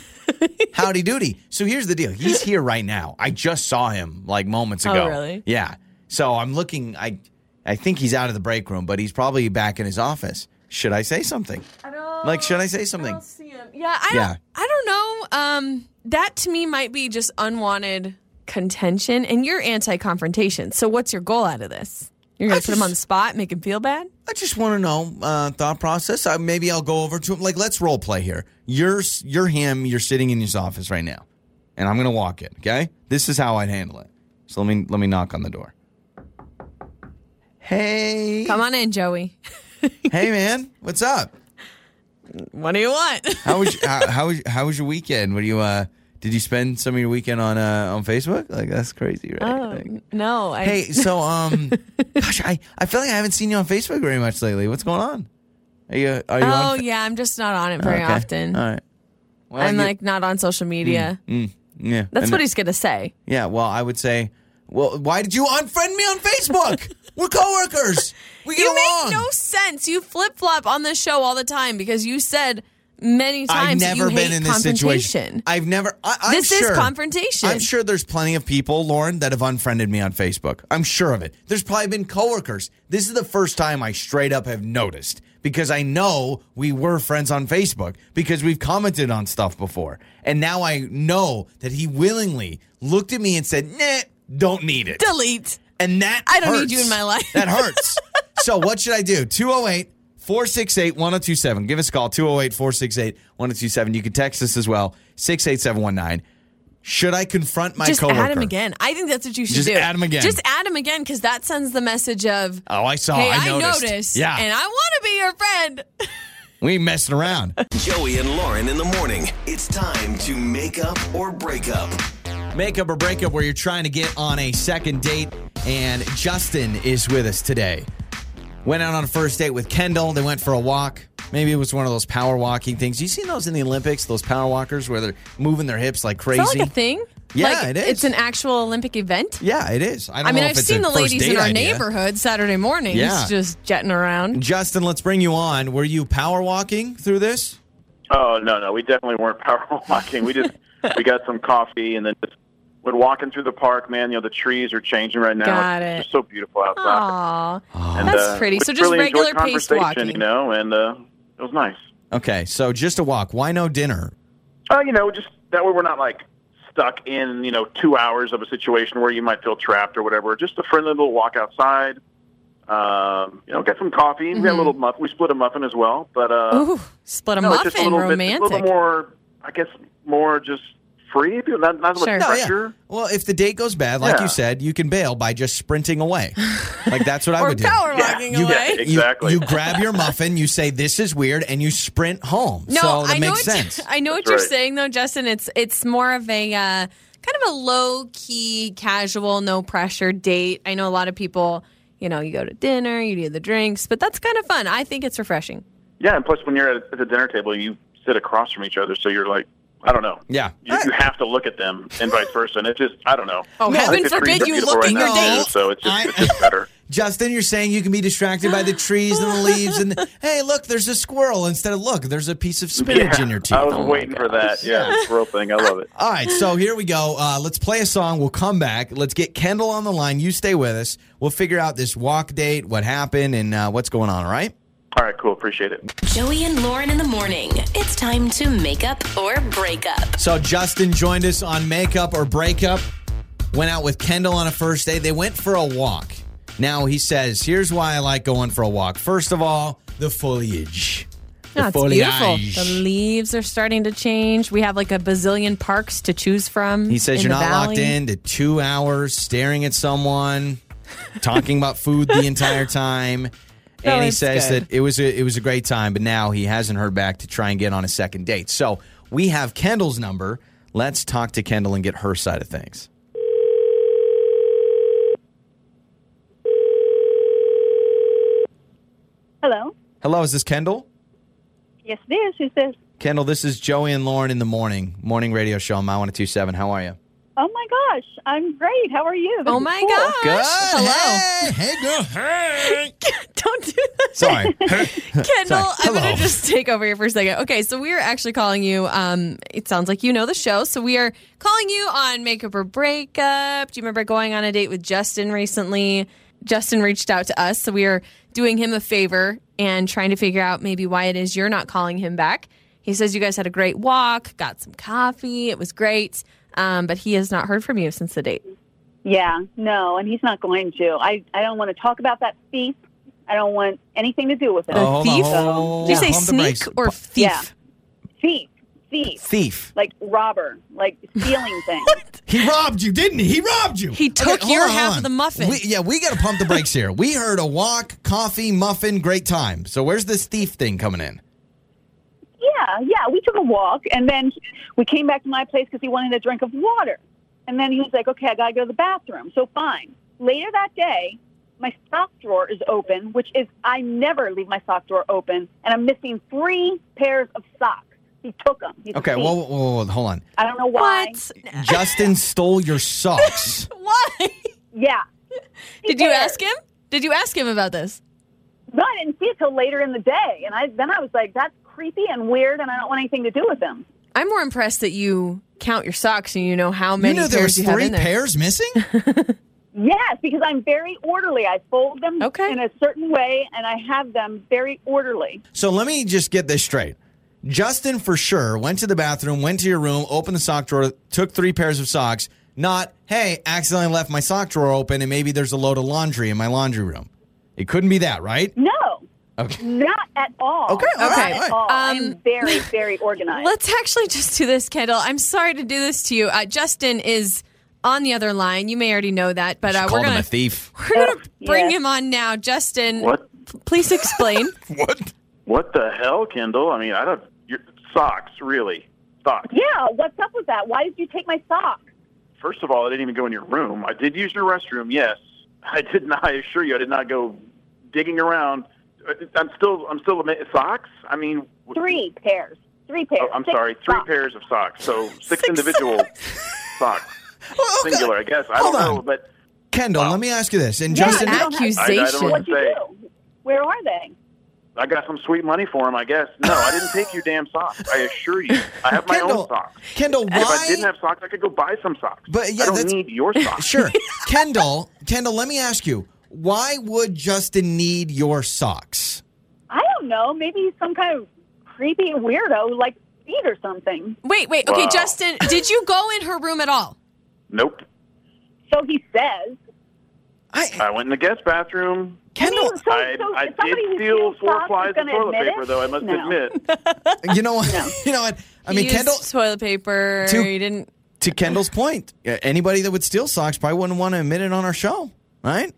Speaker 1: Howdy doody. So here's the deal. He's here right now. I just saw him like moments
Speaker 2: Oh,
Speaker 1: ago.
Speaker 2: really?
Speaker 1: Yeah. So I'm looking. I I think he's out of the break room, but he's probably back in his office. Should I say something? Like, should I say something?
Speaker 2: Yeah, I
Speaker 1: Yeah.
Speaker 2: Don't, I don't know. Um, that to me might be just unwanted contention, and you're anti-confrontation. So what's your goal out of this? You're gonna
Speaker 1: I
Speaker 2: put him
Speaker 1: just-
Speaker 2: on the spot, make him feel bad.
Speaker 1: I just want to know uh, thought process. I, maybe I'll go over to him. Like, let's role play here. You're s- you're him. You're sitting in his office right now, and I'm gonna walk in. Okay, this is how I'd handle it. So let me let me knock on the door. Hey,
Speaker 2: Come on in, Joey.
Speaker 1: hey, man, what's up?
Speaker 2: What do you want?
Speaker 1: How was your, how, how was how was your weekend? What do you uh? Did you spend some of your weekend on uh on Facebook? Like that's crazy, right?
Speaker 2: Oh.
Speaker 1: Like-
Speaker 2: Um, no, I,
Speaker 1: hey, so um, gosh, I I feel like I haven't seen you on Facebook very much lately. What's going on? Are you are you
Speaker 2: Oh
Speaker 1: on
Speaker 2: yeah, I'm just not on it very
Speaker 1: Okay.
Speaker 2: often.
Speaker 1: All right. Well,
Speaker 2: I'm
Speaker 1: you-
Speaker 2: like not on social media.
Speaker 1: yeah.
Speaker 2: That's
Speaker 1: and-
Speaker 2: what he's gonna say.
Speaker 1: Yeah. Well, I would say, well, why did you unfriend me on Facebook? We're coworkers. We get
Speaker 2: You
Speaker 1: along.
Speaker 2: make no sense. You flip flop on this show all the time because you said many
Speaker 1: I've
Speaker 2: times that
Speaker 1: never
Speaker 2: you
Speaker 1: been
Speaker 2: hate
Speaker 1: in this situation.
Speaker 2: confrontation.
Speaker 1: I've never. I, I'm
Speaker 2: This is
Speaker 1: sure-
Speaker 2: confrontation.
Speaker 1: I'm sure there's plenty of people, Lauren, that have unfriended me on Facebook. I'm sure of it. There's probably been coworkers. This is the first time I straight up have noticed because I know we were friends on Facebook because we've commented on stuff before. And now I know that he willingly looked at me and said, nah, don't need it.
Speaker 2: Delete.
Speaker 1: And that
Speaker 2: I don't need
Speaker 1: hurts.
Speaker 2: you in my life.
Speaker 1: That hurts. so what should I do? 208 468 1027. Give us a call 208 468 1027. You can text us as well 68719. Should I confront my
Speaker 2: just
Speaker 1: coworker?
Speaker 2: add him again. I think that's what you should
Speaker 1: Just
Speaker 2: do.
Speaker 1: add him again.
Speaker 2: Just add him again because that sends the message of,
Speaker 1: Oh, I saw.
Speaker 2: hey,
Speaker 1: I noticed. Yeah.
Speaker 2: and I want to be your friend.
Speaker 1: we ain't messing around.
Speaker 5: Joey and Lauren in the morning. It's time to make up or break up.
Speaker 1: Makeup or breakup where you're trying to get on a second date and Justin is with us today. Went out on a first date with Kendall. They went for a walk. Maybe it was one of those power walking things. You seen those in the Olympics? Those power walkers where they're moving their hips like crazy.
Speaker 2: Is that like a thing?
Speaker 1: Yeah,
Speaker 2: like,
Speaker 1: it is.
Speaker 2: It's an actual Olympic event.
Speaker 1: Yeah, it is. I don't
Speaker 2: I mean,
Speaker 1: know if
Speaker 2: I've
Speaker 1: it's
Speaker 2: seen
Speaker 1: a
Speaker 2: the
Speaker 1: first
Speaker 2: ladies in
Speaker 1: date
Speaker 2: our
Speaker 1: idea.
Speaker 2: neighborhood Saturday mornings
Speaker 1: Yeah.
Speaker 2: just jetting around.
Speaker 1: Justin, let's bring you on. Were you power walking through this?
Speaker 6: Oh no, no, we definitely weren't power walking. We just we got some coffee and then just when walking through the park, man, you know the trees are changing right now.
Speaker 2: Got
Speaker 6: It's-
Speaker 2: it.
Speaker 6: It's so beautiful outside.
Speaker 2: Aw,
Speaker 6: And,
Speaker 2: that's
Speaker 6: uh,
Speaker 2: pretty.
Speaker 6: we
Speaker 2: So just
Speaker 6: really enjoyed
Speaker 2: regular paced
Speaker 6: conversation,
Speaker 2: walking.
Speaker 6: you know, and uh, it was nice.
Speaker 1: Okay, so just a walk. Why no dinner?
Speaker 6: Uh, you know, just that way we're not like stuck in you know two hours of a situation where you might feel trapped or whatever. Just a friendly little walk outside. Um, you know, get some coffee. We had a little muffin. We split a muffin as well, but uh,
Speaker 2: Mm-hmm. Ooh, split a
Speaker 6: No, it's
Speaker 2: muffin,
Speaker 6: just a little
Speaker 2: romantic.
Speaker 6: Bit, a little bit more, I guess, more just free. if you- Not, not
Speaker 2: Sure.
Speaker 6: much
Speaker 2: No,
Speaker 6: pressure.
Speaker 1: Oh, Well, if the date goes bad, like
Speaker 6: Yeah.
Speaker 1: you said, you can bail by just sprinting away. like that's what I
Speaker 2: or
Speaker 1: would do.
Speaker 2: power
Speaker 6: Yeah.
Speaker 2: walking
Speaker 6: You-
Speaker 2: away.
Speaker 6: yeah,
Speaker 1: You-
Speaker 6: Exactly.
Speaker 1: You, grab your muffin, you say this is weird, and you sprint home.
Speaker 2: No,
Speaker 1: so that
Speaker 2: I know
Speaker 1: makes
Speaker 2: what
Speaker 1: sense.
Speaker 2: You, I know what
Speaker 6: That's
Speaker 2: you're
Speaker 6: right.
Speaker 2: saying though, Justin. It's it's more of a uh, kind of a low key, casual, no pressure date. I know a lot of people. You know, you go to dinner, you do the drinks, but that's kind of fun. I think it's refreshing.
Speaker 6: Yeah, and plus when you're at, at the dinner table, you sit across from each other, so you're like, I don't know.
Speaker 1: Yeah.
Speaker 6: You, you have to look at them and vice versa. And it's just, I don't know.
Speaker 2: Oh,
Speaker 6: I
Speaker 2: heaven
Speaker 6: think the trees
Speaker 2: forbid
Speaker 6: are
Speaker 2: you
Speaker 6: beautiful
Speaker 2: look at
Speaker 6: right
Speaker 2: your
Speaker 6: now,
Speaker 2: date.
Speaker 6: too, So it's just,
Speaker 1: I-
Speaker 6: it's just better.
Speaker 1: Justin, you're saying you can be distracted by the trees and the leaves, and hey, look, there's a squirrel instead of look, there's a piece of spinach in your Oh teeth.
Speaker 6: I was waiting for that. Yeah, it's a real thing. I love it.
Speaker 1: All right, so here we go. Uh, let's play a song. We'll come back. Let's get Kendall on the line. You stay with us. We'll figure out this walk date, what happened, and uh, what's going on. All right.
Speaker 6: All right, cool. Appreciate it.
Speaker 3: Joey and Lauren in the morning. It's time to make up or break up.
Speaker 1: So Justin joined us on Makeup or Breakup. Went out with Kendall on a first date. They went for a walk. Now he says, "Here's why I like going for a walk. First of all, the foliage.
Speaker 2: No,
Speaker 1: the
Speaker 2: it's beautiful. The leaves are starting to change. We have like a bazillion parks to choose from.
Speaker 1: He says
Speaker 2: in
Speaker 1: you're
Speaker 2: the
Speaker 1: not locked
Speaker 2: valley.
Speaker 1: in to two hours staring at someone, talking about food the entire time.
Speaker 2: No,
Speaker 1: and he
Speaker 2: it's
Speaker 1: says
Speaker 2: good.
Speaker 1: that it was a, it was a great time, but now he hasn't heard back to try and get on a second date. So we have Kendall's number. Let's talk to Kendall and get her side of things.
Speaker 7: Hello.
Speaker 1: Hello, is this Kendall?
Speaker 7: Yes, this is this.
Speaker 1: Kendall, this is Joey and Lauren in the morning, morning radio show on My 1027. How are you?
Speaker 7: Oh my gosh, I'm great. How are you? This
Speaker 2: Oh
Speaker 7: is
Speaker 2: my
Speaker 7: cool.
Speaker 2: gosh. Hello.
Speaker 1: Hey, hey, girl. Hey.
Speaker 2: Don't do that.
Speaker 1: Sorry.
Speaker 2: Kendall,
Speaker 1: Sorry.
Speaker 2: I'm going
Speaker 1: Hello.
Speaker 2: to just take over here for a second. Okay, so we are actually calling you. Um, it sounds like you know the show. So we are calling you on Makeup or Breakup. Do you remember going on a date with Justin recently? Justin reached out to us. So we are doing him a favor and trying to figure out maybe why it is you're not calling him back. He says you guys had a great walk, got some coffee. It was great. Um, but he has not heard from you since the date.
Speaker 7: Yeah, no, and he's not going to. I, I don't want to talk about that thief. I don't want anything to do with it.
Speaker 1: Oh, hold on,
Speaker 2: thief?
Speaker 1: hold on, hold on.
Speaker 2: Did you say
Speaker 1: Pump the brakes.
Speaker 2: sneak or thief?
Speaker 7: Yeah. Thief, thief,
Speaker 1: Thief.
Speaker 7: like robber, like stealing things.
Speaker 8: He robbed you, didn't he? He robbed you.
Speaker 2: He took
Speaker 8: hold
Speaker 2: your
Speaker 8: on,
Speaker 2: half
Speaker 8: hold
Speaker 2: of
Speaker 8: on.
Speaker 2: the muffin.
Speaker 1: We, yeah, we got to pump the brakes here. We heard a walk, coffee, muffin, great time. So where's this thief thing coming in?
Speaker 7: Yeah, yeah. We took a walk, and then we came back to my place because he wanted a drink of water. And then he was like, "Okay, I gotta go to the bathroom." So fine. Later that day, my sock drawer is open, which is I never leave my sock drawer open, and I'm missing three pairs of socks. He took them.
Speaker 1: Okay, well, whoa, whoa, whoa, hold on.
Speaker 7: I don't know why.
Speaker 2: What?
Speaker 1: Justin stole your socks.
Speaker 2: Why?
Speaker 7: Yeah.
Speaker 2: Did you
Speaker 7: Where?
Speaker 2: ask him? Did you ask him about this?
Speaker 7: No, I didn't see it till later in the day, and I then I was like, "That's creepy and weird, and I don't want anything to do with him."
Speaker 2: I'm more impressed that you count your socks and you know how
Speaker 8: You
Speaker 2: many
Speaker 8: knew there was
Speaker 2: pairs you have
Speaker 8: three
Speaker 2: in there.
Speaker 8: pairs missing.
Speaker 7: Yes, because I'm very orderly. I fold them
Speaker 2: Okay.
Speaker 7: in a certain way, and I have them very orderly.
Speaker 1: So let me just get this straight. Justin for sure went to the bathroom, went to your room, opened the sock drawer, took three pairs of socks. Not, hey, accidentally left my sock drawer open and maybe there's a load of laundry in my laundry room. It couldn't be that, right?
Speaker 7: No,
Speaker 1: Okay.
Speaker 7: not at all.
Speaker 1: Okay,
Speaker 7: Not
Speaker 2: okay.
Speaker 7: at all.
Speaker 2: Um,
Speaker 7: I'm very, very organized.
Speaker 2: Let's actually just do this, Kendall. I'm sorry to do this to you. Uh, Justin is on the other line. You may already know that, but uh, we're
Speaker 1: Called him a
Speaker 2: gonna
Speaker 1: thief.
Speaker 2: we're gonna
Speaker 7: Ugh,
Speaker 2: bring
Speaker 7: yeah.
Speaker 2: him on now. Justin,
Speaker 6: What?
Speaker 2: p- please explain.
Speaker 6: What the hell, Kendall? I mean, I don't. Your, socks, really? Socks.
Speaker 7: yeah, what's up with that? Why did you take my socks?
Speaker 6: First of all, I didn't even go in your room. I did use your restroom, yes. I did not. I assure you, I did not go digging around. I- I'm still. I'm still ama- socks. I mean, w-
Speaker 7: Three pairs. Three pairs.
Speaker 6: Oh, I'm
Speaker 7: Six
Speaker 6: sorry, three
Speaker 7: socks.
Speaker 6: pairs of socks. So six, individual socks. Singular, I guess. I
Speaker 1: Hold
Speaker 6: don't know,
Speaker 1: on.
Speaker 6: but
Speaker 1: Kendall, let me ask you this. And
Speaker 7: Yeah,
Speaker 1: Justin,
Speaker 7: you don't have-
Speaker 2: Accusation.
Speaker 6: I- I don't
Speaker 7: What'd you
Speaker 6: say.
Speaker 7: do? Where are they?
Speaker 6: I got some sweet money for him. I guess. No, I didn't take your damn socks. I assure you, I have my
Speaker 1: Kendall,
Speaker 6: own socks.
Speaker 1: Kendall,
Speaker 6: If I
Speaker 1: why?
Speaker 6: didn't have socks, I could go buy some socks.
Speaker 1: But, yeah,
Speaker 6: I don't
Speaker 1: that's-
Speaker 6: need your socks.
Speaker 1: Sure. Kendall, Kendall, let me ask you. Why would Justin need your socks?
Speaker 7: I don't know. Maybe he's some kind of creepy weirdo, like feet or something.
Speaker 2: wait, wait. Okay,
Speaker 6: Wow.
Speaker 2: Justin, did you go in her room at all?
Speaker 6: Nope.
Speaker 7: So he says.
Speaker 1: I
Speaker 6: I went in the guest bathroom.
Speaker 1: Kendall,
Speaker 7: So,
Speaker 6: I,
Speaker 7: so
Speaker 6: I
Speaker 7: if somebody
Speaker 6: did
Speaker 7: who
Speaker 6: steal
Speaker 7: steals
Speaker 6: four
Speaker 7: socks
Speaker 6: flies
Speaker 7: is
Speaker 6: of
Speaker 7: gonna
Speaker 6: toilet
Speaker 7: admit
Speaker 6: paper,
Speaker 7: it?
Speaker 6: though. I must
Speaker 7: No.
Speaker 6: admit,
Speaker 1: you know what? You know what? I
Speaker 2: He
Speaker 1: mean,
Speaker 2: used
Speaker 1: Kendall,
Speaker 2: toilet paper.
Speaker 1: To-
Speaker 2: you didn't.
Speaker 1: to Kendall's point, uh, anybody that would steal socks probably wouldn't want to admit it on our show, right?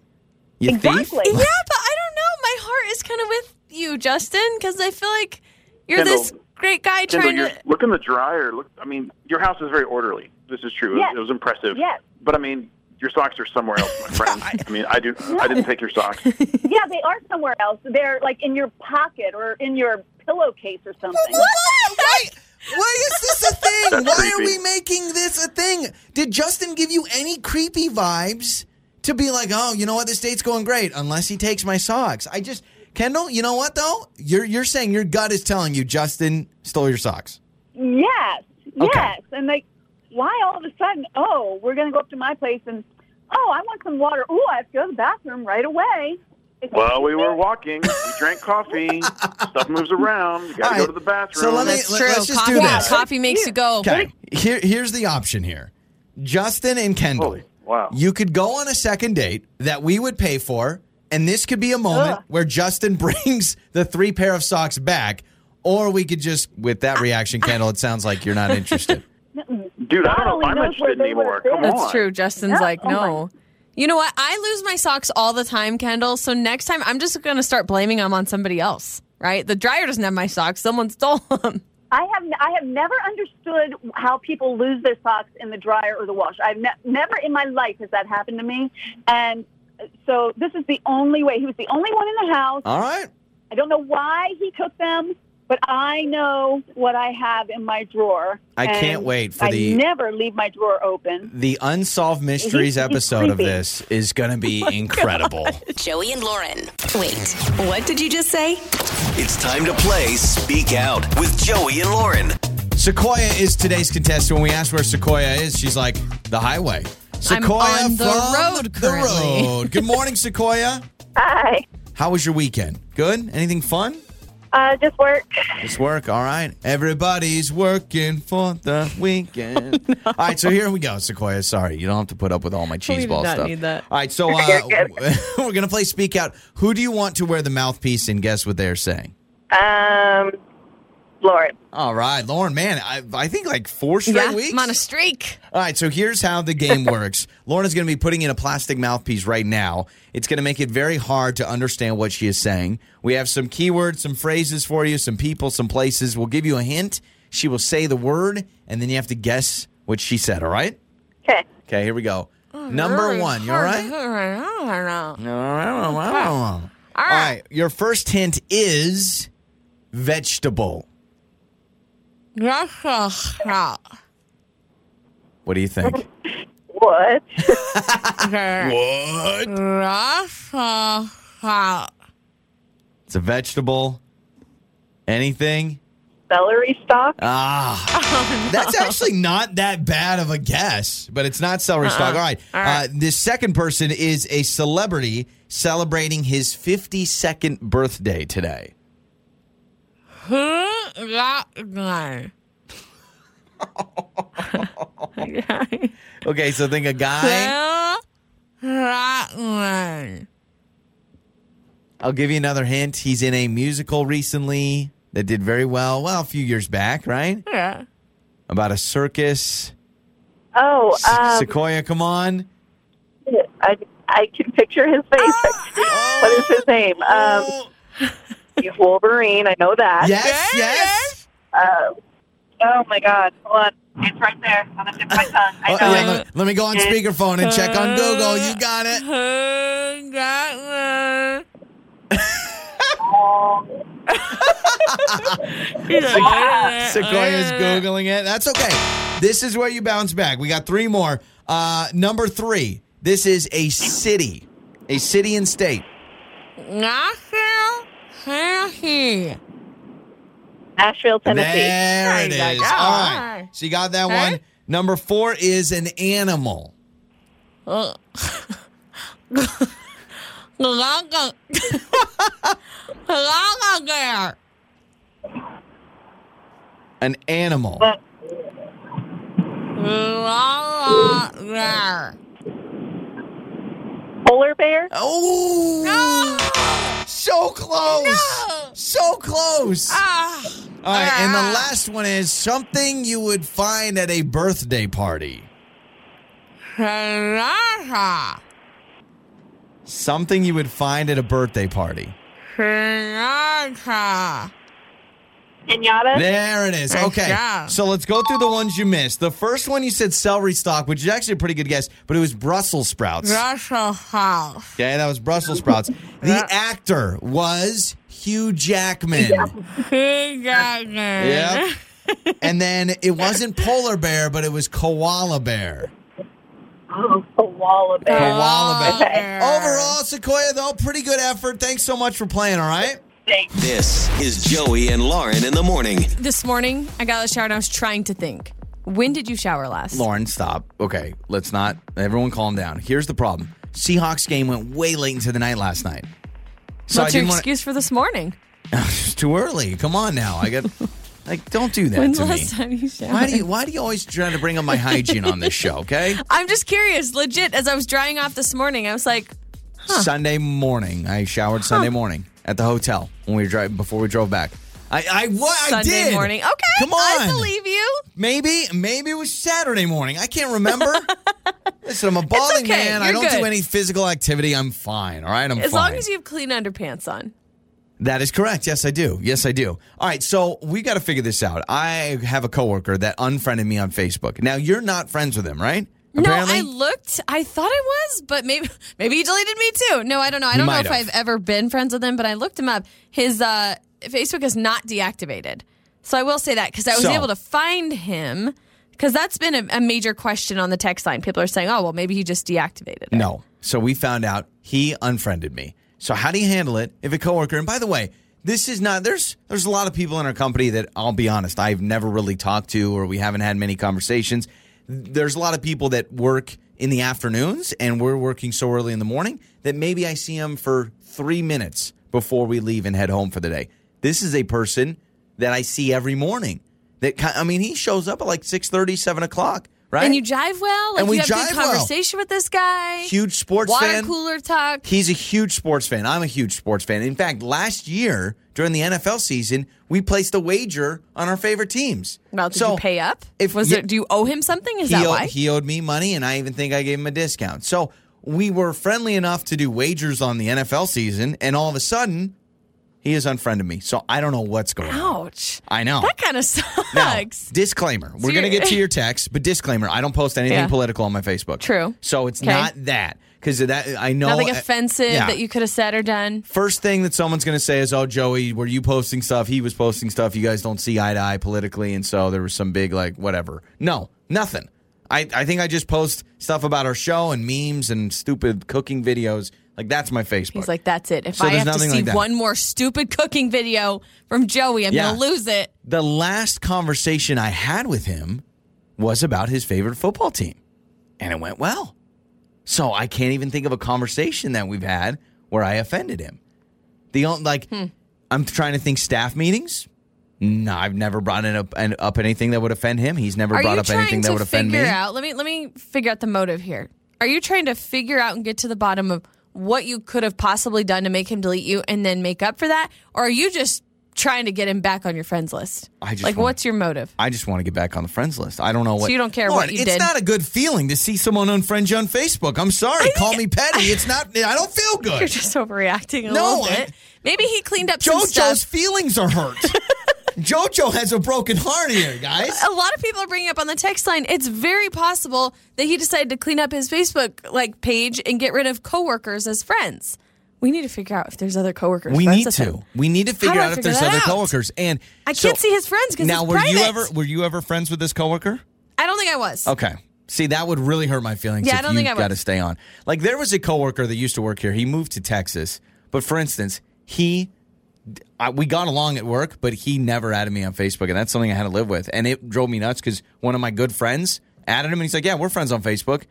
Speaker 1: You
Speaker 7: Exactly.
Speaker 1: thief.
Speaker 2: Yeah, but I don't know. My heart is kind of with you, Justin, because I feel like you're this
Speaker 6: Kendall,
Speaker 2: great guy
Speaker 6: Kendall,
Speaker 2: trying
Speaker 6: you're,
Speaker 2: to.
Speaker 6: look in the dryer. Look, I mean, your house is very orderly. This is true. It-
Speaker 7: Yes.
Speaker 6: It, was impressive.
Speaker 7: Yes.
Speaker 6: But I mean, your socks are somewhere else, my friend. I mean, I do. I didn't take your socks.
Speaker 7: Yeah, they are somewhere else. They're like in your pocket or in your pillowcase or something.
Speaker 1: Why, why is this a thing?
Speaker 6: That's
Speaker 1: Why are
Speaker 6: creepy.
Speaker 1: we making this a thing? Did Justin give you any creepy vibes to be like, oh, you know what, this date's going great, unless he takes my socks? I just, Kendall, you know what though? You're you're saying your gut is telling you Justin stole your socks.
Speaker 7: Yes,
Speaker 1: Okay.
Speaker 7: yes. And like, why all of a sudden? Oh, we're gonna go up to my place and oh, I want some water. Ooh, I have to go to the bathroom right away. It's-
Speaker 6: Well, we were walking. We drank coffee. Stuff moves around. You got to
Speaker 1: All
Speaker 6: go
Speaker 1: right.
Speaker 6: to the bathroom.
Speaker 1: So let me-
Speaker 2: That's
Speaker 1: let-
Speaker 2: true.
Speaker 1: let's just
Speaker 2: coffee,
Speaker 1: do this.
Speaker 2: coffee makes you go.
Speaker 1: Okay, here here's the option here. Justin and Kendall.
Speaker 6: Holy, wow.
Speaker 1: You could go on a second date that we would pay for, and this could be a moment
Speaker 7: Ugh.
Speaker 1: where Justin brings the three pair of socks back, or we could just, with that reaction, Kendall, it sounds like you're not interested.
Speaker 6: Dude, I
Speaker 7: God
Speaker 6: don't know
Speaker 7: only
Speaker 6: if I'm
Speaker 7: knows where
Speaker 6: interested
Speaker 7: they would've
Speaker 6: anymore.
Speaker 7: been.
Speaker 6: Come
Speaker 2: That's
Speaker 6: on.
Speaker 2: true. Justin's
Speaker 7: Yeah.
Speaker 2: like,
Speaker 7: Oh my-
Speaker 2: no. You know what? I lose my socks all the time, Kendall. So next time, I'm just going to start blaming them on somebody else, right? The dryer doesn't have my socks. Someone stole them.
Speaker 7: I have I have never understood how people lose their socks in the dryer or the wash. I've ne- never in my life has that happened to me, and uh, so
Speaker 1: Uh.
Speaker 7: this is the only way. He was the only one in the house.
Speaker 1: All right.
Speaker 7: I don't know why he took them. But I know what I have in my drawer.
Speaker 1: I
Speaker 7: and
Speaker 1: can't wait for
Speaker 7: I
Speaker 1: the-
Speaker 7: never leave my drawer open.
Speaker 1: The unsolved mysteries
Speaker 7: he's
Speaker 1: episode of
Speaker 7: creepy.
Speaker 1: this is going to be incredible.
Speaker 3: Joey and Lauren. Wait, what did you just say?
Speaker 5: It's time to play Speak Out with Joey and Lauren.
Speaker 1: Sequoia is today's contestant. When we asked where Sequoia is, she's like, the highway. Sequoia
Speaker 2: on the
Speaker 1: from
Speaker 2: road currently.
Speaker 1: the road. Good morning, Sequoia.
Speaker 9: Hi.
Speaker 1: How was your weekend? Good? Anything fun?
Speaker 9: Uh, just work.
Speaker 1: It's work, all right. Everybody's working for the weekend.
Speaker 2: Oh,
Speaker 1: All right, so here we go, Sequoia. Sorry, you don't have to put up with all my cheese
Speaker 2: did
Speaker 1: ball
Speaker 2: not
Speaker 1: stuff.
Speaker 2: need that.
Speaker 1: All right, so uh,
Speaker 9: You're
Speaker 1: we're gonna play Speak Out. Who do you want to wear the mouthpiece and guess what they're saying?
Speaker 9: Um, Lauren.
Speaker 1: All right, Lauren, man, I, I think like four straight
Speaker 2: yeah,
Speaker 1: weeks.
Speaker 2: I'm on a streak.
Speaker 1: All right, so here's how the game works. Lauren is going to be putting in a plastic mouthpiece right now. It's going to make it very hard to understand what she is saying. We have some keywords, some phrases for you, some people, some places. We'll give you a hint. She will say the word, and then you have to guess what she said, all right?
Speaker 9: Okay.
Speaker 1: Okay, here we go. Number
Speaker 2: Oh, Really
Speaker 1: one, you all
Speaker 2: hard.
Speaker 1: right?
Speaker 2: I don't know.
Speaker 1: All right. All right, your first hint is vegetable.
Speaker 2: That's a lot.
Speaker 1: What do you think?
Speaker 9: What?
Speaker 1: what?
Speaker 2: That's a lot.
Speaker 1: It's a vegetable. Anything?
Speaker 9: Celery stalk?
Speaker 1: Ah,
Speaker 9: Oh,
Speaker 1: that's actually not that bad of a guess, but it's not
Speaker 9: Uh-uh.
Speaker 1: celery stock. All right. Uh, this second person is a celebrity celebrating his 52nd birthday today.
Speaker 2: Who that guy?
Speaker 1: Okay, so think a guy.
Speaker 2: Who that guy?
Speaker 1: I'll give you another hint. He's in a musical recently that did very well. Well, a few years back, right?
Speaker 9: Hmm.
Speaker 2: Yeah.
Speaker 1: About a circus.
Speaker 9: Oh,
Speaker 1: Se-
Speaker 9: um,
Speaker 1: Sequoia, come on.
Speaker 9: I, I can picture his face. what is his name? Um, Wolverine. I know that.
Speaker 1: yes, yes.
Speaker 9: Uh, oh, my God. Hold on. It's right there on the tip of my tongue. I
Speaker 1: Oh,
Speaker 9: know
Speaker 1: yeah,
Speaker 9: it.
Speaker 1: let, let me go on speakerphone and check on Google. You got it.
Speaker 2: Who that guy?
Speaker 1: Sequoia's googling it. That's okay. This is where you bounce back. We got three more. Uh, number three. This is a city, a city and state.
Speaker 2: Nashville, Tennessee.
Speaker 9: Nashville, Tennessee.
Speaker 1: There it
Speaker 2: There you
Speaker 1: is.
Speaker 2: go.
Speaker 1: All right. So you got that
Speaker 2: Okay.
Speaker 1: one. Number four is an animal.
Speaker 2: Uh, Longer, longer there.
Speaker 1: An animal.
Speaker 2: Longer there.
Speaker 9: Polar bear?
Speaker 1: Oh, so close.
Speaker 2: No.
Speaker 1: So close.
Speaker 2: Ah,
Speaker 1: All right. And the
Speaker 2: Ah.
Speaker 1: last one is something you would find at a birthday party.
Speaker 2: Sonata,
Speaker 1: Something you would find at a birthday party.
Speaker 2: sonata.
Speaker 9: Pinata?
Speaker 1: There it is.
Speaker 2: Nice
Speaker 1: Okay.
Speaker 2: job.
Speaker 1: So let's go through the ones you missed. The first one you said celery stalk, which is actually a pretty good guess, but it was Brussels sprouts. Okay,
Speaker 2: Russell House.
Speaker 1: that was Brussels sprouts. The actor was Hugh Jackman.
Speaker 2: He got
Speaker 1: Yep. and then it wasn't polar bear, but it was koala bear.
Speaker 9: Oh, koala bear.
Speaker 1: Koala bear.
Speaker 9: Okay.
Speaker 1: Overall, Sequoia, though, pretty good effort. Thanks so much for playing, all right?
Speaker 9: Thanks.
Speaker 5: This is Joey and Lauren in the morning.
Speaker 2: This morning, I got out of the shower and I was trying to think. When did you shower last?
Speaker 1: Lauren, stop. Okay, let's not. Everyone calm down. Here's the problem Seahawks game went way late into the night last night. So
Speaker 2: What's
Speaker 1: I
Speaker 2: your
Speaker 1: didn't wanna-
Speaker 2: excuse for this morning?
Speaker 1: It's too early. Come on now. I got like don't do that
Speaker 2: When's
Speaker 1: to
Speaker 2: the
Speaker 1: me.
Speaker 2: last time you showered?
Speaker 1: Why do you why do you always try to bring up my hygiene on this show, okay?
Speaker 2: I'm just curious, legit. As I was drying off this morning, I was like,
Speaker 1: Sunday morning. I showered Sunday morning at the hotel when we were driving before we drove back. I I what I
Speaker 2: Sunday
Speaker 1: did.
Speaker 2: morning. Okay,
Speaker 1: Come on.
Speaker 2: I believe you.
Speaker 1: Maybe maybe it was Saturday morning. I can't remember. Listen, I'm a balding
Speaker 2: okay.
Speaker 1: man. I
Speaker 2: You're
Speaker 1: don't do
Speaker 2: good.
Speaker 1: any physical activity. I'm fine. All right, I'm
Speaker 2: As
Speaker 1: fine.
Speaker 2: long as you have clean underpants on.
Speaker 1: That is correct. Yes, I do. Yes, I do. All right, so we got to figure this out. I have a coworker that unfriended me on Facebook. Now you're not friends with him, right? Apparently,
Speaker 2: No, I looked. I thought I was, but maybe maybe he deleted me too. No, I don't know. I don't know
Speaker 1: might
Speaker 2: if
Speaker 1: have.
Speaker 2: I've ever been friends with him, but I looked him up. His uh Facebook is not deactivated. So I will say that because I was
Speaker 1: So-
Speaker 2: able to find him because that's been a, a major question on the text line. People are saying, oh, well, maybe he just deactivated it.
Speaker 1: No. So we found out he unfriended me. So how do you handle it if a coworker? And by the way, this is not there's there's a lot of people in our company that I'll be honest, I've never really talked to or we haven't had many conversations. There's a lot of people that work in the afternoons and we're working so early in the morning that maybe I see them for 3 minutes before we leave and head home for the day. This is a person that I see every morning. That ki- I mean, he shows up at like 6:30, 7 o'clock, right?
Speaker 2: And you jive well. Like
Speaker 1: And we
Speaker 2: you have
Speaker 1: jive
Speaker 2: good
Speaker 1: well.
Speaker 2: conversation with this guy.
Speaker 1: huge sports
Speaker 2: Water
Speaker 1: fan.
Speaker 2: cooler talk.
Speaker 1: He's a huge sports fan. I'm a huge sports fan. In fact, last year during the NFL season, we placed a wager on our favorite teams.
Speaker 2: Well, did
Speaker 1: so
Speaker 2: you pay up?
Speaker 1: if-
Speaker 2: was
Speaker 1: yeah.
Speaker 2: there, do you owe him something? Is
Speaker 1: He,
Speaker 2: that
Speaker 1: owe-
Speaker 2: why?
Speaker 1: he owed me money, and I even think I gave him a discount. So we were friendly enough to do wagers on the NFL season, and all of a sudden, he has unfriended me. So I don't know what's going on.
Speaker 2: Ouch.
Speaker 1: I know.
Speaker 2: That kind of
Speaker 1: Now,
Speaker 2: sucks.
Speaker 1: disclaimer. We're
Speaker 2: you're-
Speaker 1: going to get to your text, but disclaimer, I don't post anything
Speaker 2: Yeah.
Speaker 1: political on my Facebook.
Speaker 2: True.
Speaker 1: So it's
Speaker 2: Okay.
Speaker 1: not that. Because that I know
Speaker 2: Nothing
Speaker 1: uh,
Speaker 2: offensive
Speaker 1: yeah.
Speaker 2: that you could have said or done.
Speaker 1: First thing that someone's going to say is, "Oh, Joey, were you posting stuff? He was posting stuff. You guys don't see eye to eye politically, and so there was some big like whatever." No, nothing. I I think I just post stuff about our show and memes and stupid cooking videos. Like that's my Facebook.
Speaker 2: He's like, that's it. If
Speaker 1: So
Speaker 2: I
Speaker 1: there's
Speaker 2: have to
Speaker 1: nothing
Speaker 2: see
Speaker 1: like that.
Speaker 2: one more stupid cooking video from Joey, I'm
Speaker 1: Yeah.
Speaker 2: going to lose it.
Speaker 1: the last conversation I had with him was about his favorite football team, and it went well. So I can't even think of a conversation that we've had where I offended him. The only like,
Speaker 2: Hmm.
Speaker 1: I'm trying to think staff meetings. No, I've never brought it up and up anything that would offend him. He's never
Speaker 2: Are
Speaker 1: brought
Speaker 2: you
Speaker 1: up
Speaker 2: trying
Speaker 1: anything
Speaker 2: to
Speaker 1: that would offend me.
Speaker 2: figure out? Let me let me figure out the motive here. Are you trying to figure out and get to the bottom of what you could have possibly done to make him delete you and then make up for that, or are you just trying to get him back on your friends list?
Speaker 1: I just
Speaker 2: like,
Speaker 1: wanna-
Speaker 2: what's your motive?
Speaker 1: I just want to get back on the friends list. I don't know what.
Speaker 2: you don't care what
Speaker 1: Lauren,
Speaker 2: you
Speaker 1: it's
Speaker 2: did.
Speaker 1: not a good feeling to see someone unfriend you on Facebook. I'm sorry. Call me petty. It's not. I don't feel good.
Speaker 2: You're just overreacting a
Speaker 1: No,
Speaker 2: little
Speaker 1: I-
Speaker 2: bit. Maybe he cleaned up some
Speaker 1: JoJo's
Speaker 2: stuff.
Speaker 1: feelings are hurt. JoJo has a broken heart here, guys.
Speaker 2: A lot of people are bringing up on the text line. It's very possible that he decided to clean up his Facebook like page and get rid of coworkers as friends. We need to figure out if there's other coworkers.
Speaker 1: We
Speaker 2: That's
Speaker 1: need
Speaker 2: the
Speaker 1: to.
Speaker 2: thing.
Speaker 1: We need to figure
Speaker 2: do I
Speaker 1: out if
Speaker 2: figure
Speaker 1: there's
Speaker 2: that
Speaker 1: other
Speaker 2: out?
Speaker 1: coworkers. And
Speaker 2: I can't see his friends 'cause
Speaker 1: now
Speaker 2: it's
Speaker 1: were you
Speaker 2: private.
Speaker 1: ever were you ever friends with this coworker?
Speaker 2: I don't think I was.
Speaker 1: Okay. See, that would really hurt my feelings
Speaker 2: Yeah,
Speaker 1: if
Speaker 2: I don't
Speaker 1: you
Speaker 2: think I would.
Speaker 1: got to stay on. Like there was a coworker that used to work here. He moved to Texas, but for instance, he I, we got along at work, but he never added me on Facebook, and that's something I had to live with, and it drove me nuts because one of my good friends added him, and he's like, "Yeah, we're friends on Facebook,"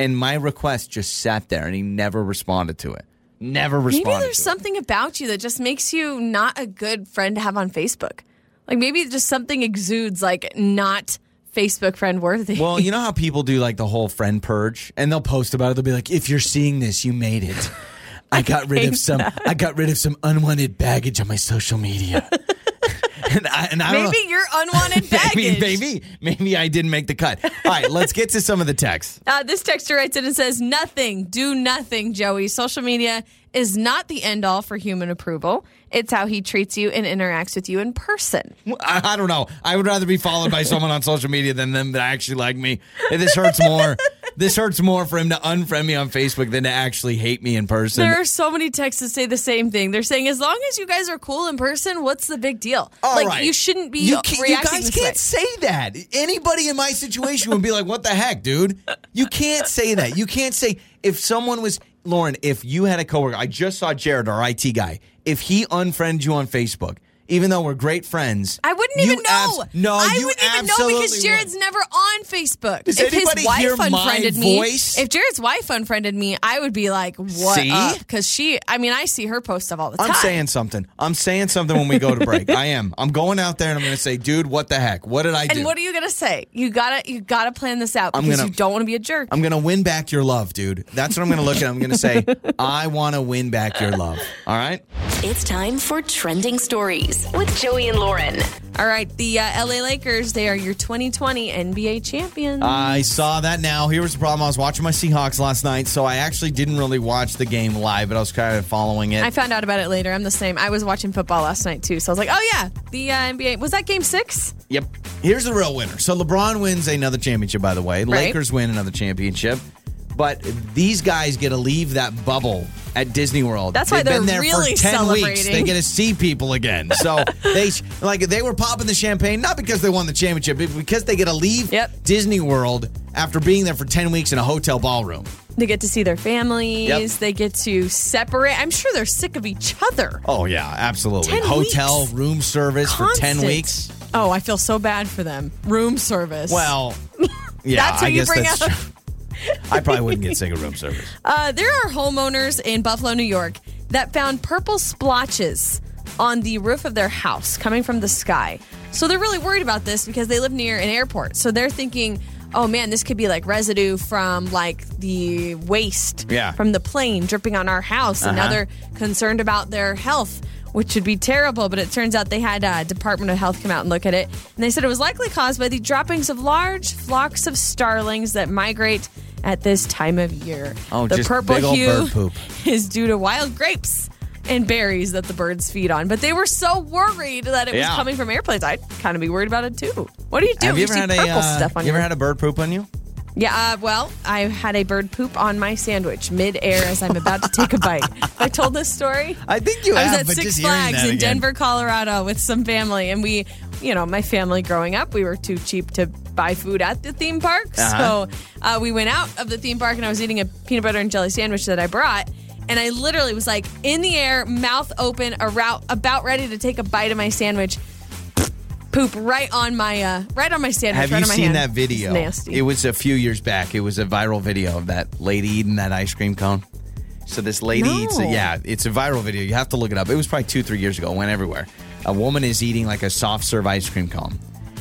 Speaker 1: and my request just sat there, and he never responded to it. Never responded.
Speaker 2: Maybe there's
Speaker 1: to it.
Speaker 2: something about you that just makes you not a good friend to have on Facebook. Like maybe just something exudes like not Facebook friend worthy.
Speaker 1: Well, you know how people do like the whole friend purge, and they'll post about it. They'll be like, "If you're seeing this, you made it. I got rid of some. I got rid of some unwanted baggage on my social media." and I, and I don't
Speaker 2: maybe
Speaker 1: know.
Speaker 2: you're unwanted baggage.
Speaker 1: Maybe, maybe, maybe I didn't make the cut. All right, let's get to some of the texts.
Speaker 2: Uh, this texter writes in and says, Nothing, do nothing, Joey. Social media is not the end all for human approval. It's how he treats you and interacts with you in person.
Speaker 1: I, I don't know. I would rather be followed by someone on social media than them that actually like me. This hurts more. This hurts more for him to unfriend me on Facebook than to actually hate me in person.
Speaker 2: There are so many texts that say the same thing. They're saying, as long as you guys are cool in person, what's the big deal?
Speaker 1: All
Speaker 2: like,
Speaker 1: right.
Speaker 2: you shouldn't be
Speaker 1: You, can't- you
Speaker 2: reacting
Speaker 1: guys
Speaker 2: this
Speaker 1: can't
Speaker 2: way.
Speaker 1: say that. Anybody in my situation would be like, "What the heck, dude? You can't say that. You can't say if someone was Lauren. If you had a coworker, I just saw Jared, our IT guy. If he unfriended you on Facebook, even though we're great friends,
Speaker 2: I wouldn't
Speaker 1: you
Speaker 2: even know.
Speaker 1: abs- no,
Speaker 2: I
Speaker 1: you
Speaker 2: wouldn't even know
Speaker 1: absolutely
Speaker 2: because Jared's
Speaker 1: would.
Speaker 2: never on Facebook.
Speaker 1: Does
Speaker 2: if his
Speaker 1: anybody
Speaker 2: wife
Speaker 1: hear my
Speaker 2: unfriended me,
Speaker 1: voice?
Speaker 2: if Jared's wife unfriended me, I would be like, "What?"
Speaker 1: See?
Speaker 2: Because she, I mean, I see her post stuff all the time.
Speaker 1: I'm saying something. I'm saying something when we go to break. I am. I'm going out there and I'm going to say, dude, what the heck? What did I do?
Speaker 2: And what are you gonna say? You gotta, you gotta plan this out
Speaker 1: I'm
Speaker 2: because
Speaker 1: gonna-
Speaker 2: you don't want to be a jerk.
Speaker 1: I'm gonna win back your love, dude. That's what I'm gonna look at. I'm gonna say, I want to win back your love. All right.
Speaker 3: It's time for trending stories with Joey and Lauren.
Speaker 2: all right, the uh, LA Lakers, they are your 2020 NBA champions.
Speaker 1: I saw that now. Here was the problem. I was watching my Seahawks last night, so I actually didn't really watch the game live, but I was kind of following it.
Speaker 2: I found out about it later. I'm the same. I was watching football last night too, so I was like, "Oh yeah, the uh, NBA was that game six?
Speaker 1: yep. Here's the real winner. So LeBron wins another championship, by the way.
Speaker 2: Right.
Speaker 1: Lakers win another championship. But these guys get to leave that bubble at Disney World.
Speaker 2: That's why
Speaker 1: They've been there
Speaker 2: they're really
Speaker 1: for ten weeks.
Speaker 2: celebrating.
Speaker 1: They get to see people again. So they like they were popping the champagne not because they won the championship, but because they get to leave
Speaker 2: Yep.
Speaker 1: Disney World after being there for ten weeks in a hotel ballroom.
Speaker 2: They get to see their families.
Speaker 1: Yep.
Speaker 2: They get to separate. I'm sure they're sick of each other.
Speaker 1: Oh yeah, absolutely.
Speaker 2: 10
Speaker 1: hotel
Speaker 2: weeks.
Speaker 1: room service for ten
Speaker 2: Constant.
Speaker 1: weeks.
Speaker 2: Oh, I feel so bad for them. Room service.
Speaker 1: Well, yeah,
Speaker 2: That's who
Speaker 1: I
Speaker 2: you
Speaker 1: guess
Speaker 2: bring
Speaker 1: that's
Speaker 2: up.
Speaker 1: true. I probably wouldn't get sick of room service.
Speaker 2: Uh, there are homeowners in Buffalo, New York that found purple splotches on the roof of their house coming from the sky. So they're really worried about this because they live near an airport. So they're thinking, oh man, this could be like residue from like the waste
Speaker 1: Yeah.
Speaker 2: from the plane dripping on our house. And now they're concerned about their health. Which would be terrible, but it turns out they had uh, Department of Health come out and look at it, and they said it was likely caused by the droppings of large flocks of starlings that migrate at this time of year
Speaker 1: Oh,
Speaker 2: the
Speaker 1: just
Speaker 2: purple
Speaker 1: big old
Speaker 2: hue
Speaker 1: bird poop.
Speaker 2: is due to wild grapes and berries that the birds feed on. But they were so worried that it
Speaker 1: Yeah.
Speaker 2: was coming from airplanes. I'd kind of be worried about it too. What do you do?
Speaker 1: Have
Speaker 2: if
Speaker 1: you ever
Speaker 2: see
Speaker 1: had a
Speaker 2: purple
Speaker 1: uh,
Speaker 2: stuff on
Speaker 1: you
Speaker 2: your
Speaker 1: ever had a bird poop on you?
Speaker 2: yeah, uh, well, I had a bird poop on my sandwich mid-air as I'm about to take a bite. Have I told this story?
Speaker 1: I think you
Speaker 2: I was
Speaker 1: have,
Speaker 2: at
Speaker 1: Ah, but
Speaker 2: Six
Speaker 1: just hearing
Speaker 2: Flags
Speaker 1: that
Speaker 2: in
Speaker 1: again.
Speaker 2: Denver, Colorado, with some family, and we, you know, my family growing up, we were too cheap to buy food at the theme park,
Speaker 1: Uh-huh.
Speaker 2: so uh, we went out of the theme park, and I was eating a peanut butter and jelly sandwich that I brought. And I literally was like in the air, mouth open, around, about ready to take a bite of my sandwich. Poop right on my uh, right on my sandwich.
Speaker 1: Have
Speaker 2: right
Speaker 1: you
Speaker 2: on my
Speaker 1: seen
Speaker 2: hand.
Speaker 1: that video?
Speaker 2: It's nasty.
Speaker 1: It was a few years back. It was a viral video of that lady eating that ice cream cone. So this lady eats it.
Speaker 2: No.
Speaker 1: Yeah, it's a viral video. You have to look it up. It was probably two, three years ago. It went everywhere. A woman is eating like a soft serve ice cream cone.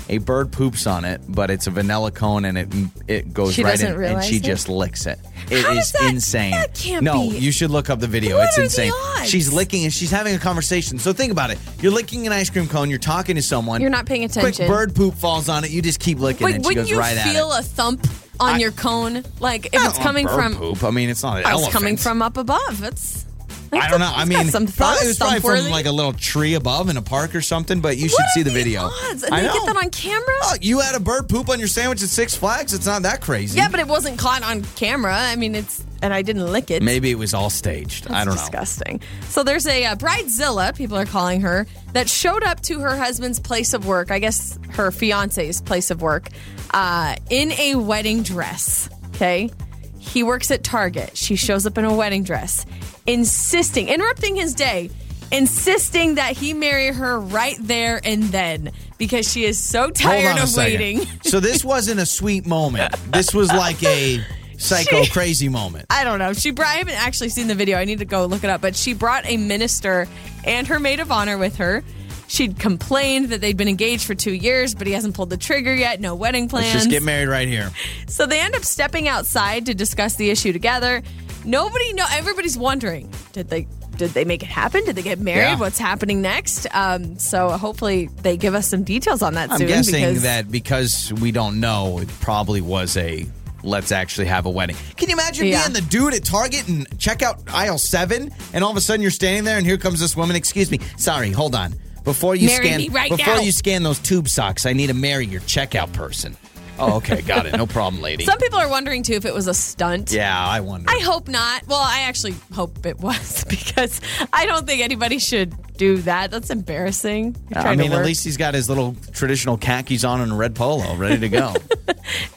Speaker 1: A bird poops on it, but it's a vanilla cone, and it it goes
Speaker 2: She
Speaker 1: right in,
Speaker 2: doesn't
Speaker 1: and she
Speaker 2: realize it?
Speaker 1: just licks it. It
Speaker 2: How
Speaker 1: is
Speaker 2: does that-
Speaker 1: insane.
Speaker 2: that can't
Speaker 1: no,
Speaker 2: be-
Speaker 1: you should look up the video.
Speaker 2: What
Speaker 1: it's
Speaker 2: are the
Speaker 1: insane.
Speaker 2: odds?
Speaker 1: She's licking and she's having a conversation. So think about it. You're licking an ice cream cone. You're talking to someone.
Speaker 2: You're not paying
Speaker 1: Quick
Speaker 2: attention.
Speaker 1: bird poop falls on it. You just keep licking
Speaker 2: Wait,
Speaker 1: and she
Speaker 2: wouldn't
Speaker 1: goes
Speaker 2: you
Speaker 1: right
Speaker 2: feel
Speaker 1: at it.
Speaker 2: a thump on your cone? Like if it's
Speaker 1: Not
Speaker 2: coming
Speaker 1: bird
Speaker 2: from
Speaker 1: poop. I mean, it's not. An
Speaker 2: I was
Speaker 1: elephant.
Speaker 2: coming from up above. It's
Speaker 1: I don't know. I
Speaker 2: it's
Speaker 1: mean,
Speaker 2: got some
Speaker 1: probably, it was probably
Speaker 2: thump
Speaker 1: from
Speaker 2: worthy.
Speaker 1: like a little tree above in a park or something. But you should
Speaker 2: What
Speaker 1: see
Speaker 2: are
Speaker 1: the video.
Speaker 2: Odds? And
Speaker 1: I
Speaker 2: they
Speaker 1: know.
Speaker 2: get that on camera.
Speaker 1: Oh, you had a bird poop on your sandwich at Six Flags. It's not that crazy.
Speaker 2: yeah, but it wasn't caught on camera. I mean, it's and I didn't lick it.
Speaker 1: maybe it was all staged. I don't know.
Speaker 2: disgusting. So there's a uh, bridezilla, people are calling her, that showed up to her husband's place of work. I guess her fiance's place of work, uh, in a wedding dress. Okay, he works at Target. She shows up in a wedding dress, insisting, interrupting his day, insisting that he marry her right there and then because she is so
Speaker 1: Hold
Speaker 2: tired
Speaker 1: on a
Speaker 2: of
Speaker 1: second.
Speaker 2: waiting.
Speaker 1: so this wasn't a sweet moment. This was like a psycho crazy moment.
Speaker 2: I don't know. She brought, I haven't actually seen the video. I need to go look it up. But she brought a minister and her maid of honor with her. She'd complained that they'd been engaged for two years, but he hasn't pulled the trigger yet. No wedding
Speaker 1: Let's
Speaker 2: plans.
Speaker 1: just get married right here.
Speaker 2: So they end up stepping outside to discuss the issue together. Nobody know. Everybody's wondering did they did they make it happen? Did they get married?
Speaker 1: Yeah.
Speaker 2: What's happening next? Um, so hopefully they give us some details on that
Speaker 1: I'm
Speaker 2: soon.
Speaker 1: guessing
Speaker 2: because
Speaker 1: that because we don't know, it probably was a let's actually have a wedding. Can you imagine
Speaker 2: Yeah.
Speaker 1: being the dude at Target and check out aisle seven, and all of a sudden you're standing there, and here comes this woman. Excuse me, sorry, hold on. Before you
Speaker 2: Marry
Speaker 1: scan,
Speaker 2: me right
Speaker 1: before
Speaker 2: now."
Speaker 1: you scan those tube socks, I need to marry your checkout person. Oh, okay, got it. No problem, lady.
Speaker 2: some people are wondering too if it was a stunt.
Speaker 1: yeah, I wonder.
Speaker 2: I hope not. Well, I actually hope it was because I don't think anybody should do that. That's embarrassing. You're
Speaker 1: I
Speaker 2: trying to
Speaker 1: mean, at
Speaker 2: work-
Speaker 1: least he's got his little traditional khakis on and a red polo, ready to go.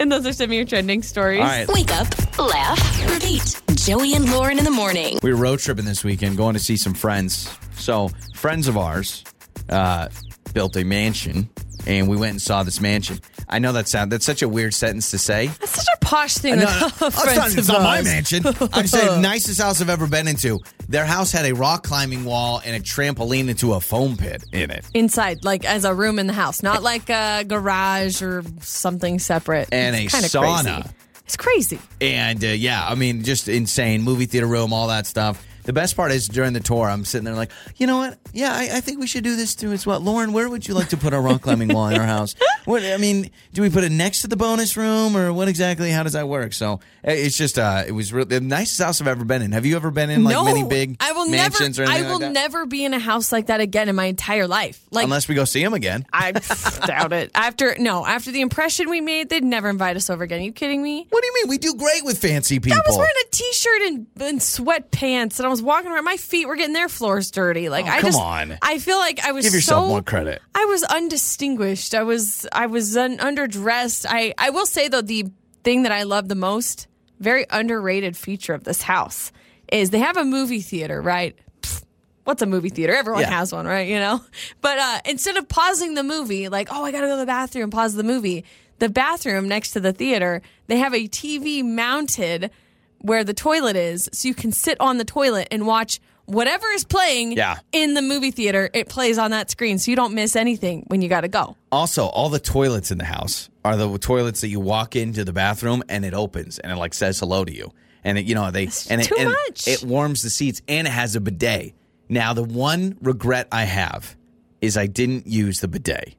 Speaker 2: And those are some of your trending stories.
Speaker 1: All right.
Speaker 3: Wake up, laugh, repeat. Joey and Lauren in the morning.
Speaker 1: we were road tripping this weekend, going to see some friends. So friends of ours uh, built a mansion, and we went and saw this mansion. I know that sound that's such a weird sentence to say.
Speaker 2: That's such a posh thing.
Speaker 1: No,
Speaker 2: that
Speaker 1: no, no.
Speaker 2: friends
Speaker 1: it's not, it's
Speaker 2: of
Speaker 1: not my
Speaker 2: ours.
Speaker 1: mansion. I'm saying nicest house I've ever been into. Their house had a rock climbing wall and a trampoline into a foam pit in it.
Speaker 2: Inside, like as a room in the house, not like a garage or something separate.
Speaker 1: And
Speaker 2: It's
Speaker 1: a
Speaker 2: kinda
Speaker 1: sauna.
Speaker 2: Crazy. It's crazy.
Speaker 1: And uh, yeah, I mean, just insane movie theater room, all that stuff. The best part is during the tour, I'm sitting there like, you know what? Yeah, I, I think we should do this too as well. Lauren, where would you like to put our rock climbing wall in our house? What I mean, do we put it next to the bonus room or what exactly? How does that work? So eh, it's just, uh, it was really the nicest house I've ever been in. Have you ever been in like
Speaker 2: no,
Speaker 1: many big
Speaker 2: I will
Speaker 1: mansions
Speaker 2: never.
Speaker 1: or
Speaker 2: I
Speaker 1: anything
Speaker 2: will
Speaker 1: like that?
Speaker 2: never be in a house like that again in my entire life. Like
Speaker 1: Unless we go see him again.
Speaker 2: I doubt it. After no, after the impression we made, they'd never invite us over again. you kidding me?
Speaker 1: What do you mean? We do great with fancy people.
Speaker 2: I was wearing a t-shirt and, and sweatpants, and I was walking around. My feet were getting their floors dirty. Like
Speaker 1: Oh,
Speaker 2: I
Speaker 1: come
Speaker 2: just,
Speaker 1: on.
Speaker 2: I feel like I was
Speaker 1: Give yourself
Speaker 2: so,
Speaker 1: more credit.
Speaker 2: I was undistinguished. I was I was un- underdressed. I I will say though the thing that I love the most, very underrated feature of this house is they have a movie theater, right? Pfft, What's a movie theater? Everyone
Speaker 1: Yeah.
Speaker 2: has one, right? You know? But uh, instead of pausing the movie, like, oh, I got to go to the bathroom, pause the movie, the bathroom next to the theater, they have a TV mounted where the toilet is. So you can sit on the toilet and watch whatever is playing
Speaker 1: Yeah.
Speaker 2: in the movie theater, it plays on that screen, so you don't miss anything when you got to go.
Speaker 1: Also, all the toilets in the house are the toilets that you walk into the bathroom and it opens and it like says hello to you. And it, you know, they and, it,
Speaker 2: too
Speaker 1: and
Speaker 2: much.
Speaker 1: it warms the seats and it has a bidet. Now, the one regret I have is I didn't use the bidet.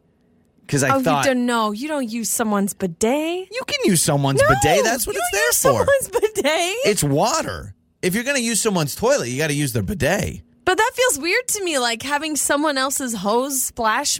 Speaker 1: Cuz I
Speaker 2: oh,
Speaker 1: thought
Speaker 2: you
Speaker 1: you,
Speaker 2: don't know. You don't use someone's bidet.
Speaker 1: can use someone's bidet. That's what
Speaker 2: you
Speaker 1: it's
Speaker 2: don't
Speaker 1: there for.
Speaker 2: use Someone's bidet.
Speaker 1: It's water. If you're going to use someone's toilet, you got to use their bidet.
Speaker 2: but that feels weird to me, like having someone else's hose splash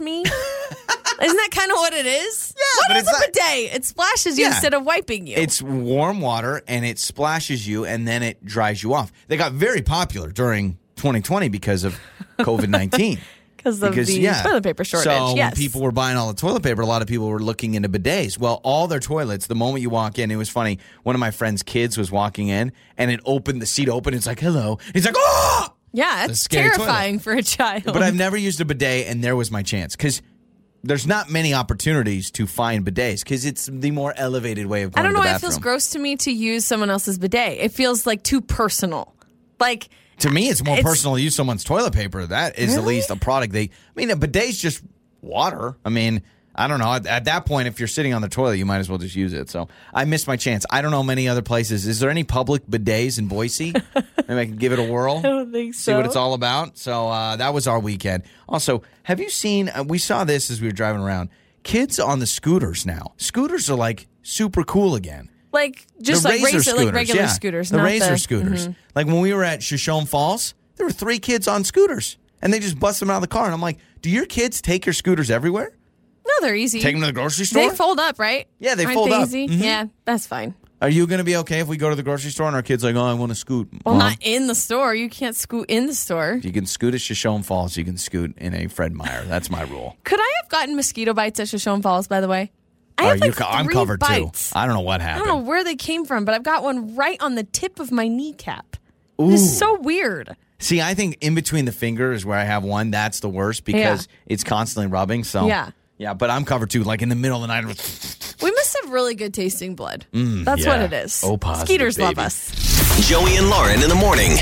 Speaker 2: me. Isn't that kind of what it is? Yeah,
Speaker 1: but it's
Speaker 2: a
Speaker 1: not-
Speaker 2: bidet? It splashes you
Speaker 1: Yeah.
Speaker 2: instead of wiping you.
Speaker 1: It's warm water and it splashes you and then it dries you off. They got very popular during 2020 because of COVID 19.
Speaker 2: because of the toilet paper shortage.
Speaker 1: So when
Speaker 2: yes,
Speaker 1: people were buying all the toilet paper. A lot of people were looking into bidets. Well, all their toilets. The moment you walk in, it was funny. One of my friend's kids was walking in, and it opened the seat open. It's like hello. He's like oh.
Speaker 2: yeah,
Speaker 1: It's a
Speaker 2: it's
Speaker 1: scary toilet.
Speaker 2: terrifying for a child.
Speaker 1: But I've never used a bidet, and there was my chance because there's not many opportunities to find bidets because it's the more elevated way of
Speaker 2: I
Speaker 1: going.
Speaker 2: don't
Speaker 1: to
Speaker 2: know
Speaker 1: the
Speaker 2: why it
Speaker 1: bathroom.
Speaker 2: feels gross to me to use someone else's bidet. It feels like too personal. Like
Speaker 1: To me, it's more
Speaker 2: It's-
Speaker 1: personal to use someone's toilet paper. That is at
Speaker 2: Really?
Speaker 1: least a product. They, I mean, a bidet's just water. I mean, I don't know. At, at that point, if you're sitting on the toilet, you might as well just use it. So I missed my chance. I don't know many other places. Is there any public bidets in Boise? Maybe I can give it a whirl. I
Speaker 2: don't think
Speaker 1: See what
Speaker 2: so.
Speaker 1: it's all about. So uh, that was our weekend. Also, have you seen? Uh, we saw this as we were driving around. Kids on the scooters now. Scooters are like super cool again
Speaker 2: like just
Speaker 1: the
Speaker 2: like
Speaker 1: razor
Speaker 2: razor,
Speaker 1: scooters,
Speaker 2: like regular
Speaker 1: yeah.
Speaker 2: scooters,
Speaker 1: the
Speaker 2: not
Speaker 1: razor
Speaker 2: the, Mm-hmm.
Speaker 1: scooters. Like when we were at Shoshone Falls, there were three kids on scooters, and they just bust them out of the car. And I'm like, do your kids take your scooters everywhere?
Speaker 2: No, they're easy.
Speaker 1: Take them to the grocery store?
Speaker 2: they fold up, right?
Speaker 1: Yeah, they
Speaker 2: Aren't
Speaker 1: fold
Speaker 2: they
Speaker 1: up.
Speaker 2: Easy?
Speaker 1: Mhm.
Speaker 2: Yeah, that's fine.
Speaker 1: Are you going to be okay if we go to the grocery store and our kids like, oh, I want to scoot?
Speaker 2: Well,
Speaker 1: Mom,
Speaker 2: not in the store. You can't scoot in the store.
Speaker 1: if you can scoot at Shoshone Falls, you can scoot in a Fred Meyer. That's my rule.
Speaker 2: Could I have gotten mosquito bites at Shoshone Falls? By the way, I
Speaker 1: Are
Speaker 2: have
Speaker 1: you
Speaker 2: like
Speaker 1: co- I'm
Speaker 2: three
Speaker 1: covered
Speaker 2: bites.
Speaker 1: too. I don't know what
Speaker 2: I
Speaker 1: happened.
Speaker 2: don't know where they came from, but I've got one right on the tip of my kneecap. This
Speaker 1: Ooh.
Speaker 2: is so weird.
Speaker 1: See, I think in between the finger is where I have one. That's the worst because it's constantly rubbing. So
Speaker 2: Yeah.
Speaker 1: yeah, but I'm covered too. Like in the middle of the night.
Speaker 2: We must have really good tasting blood. That's
Speaker 1: Mm, yeah.
Speaker 2: what it is.
Speaker 1: O positive,
Speaker 2: Skeeters love
Speaker 1: baby.
Speaker 2: us.
Speaker 5: Joey and Lauren in the morning.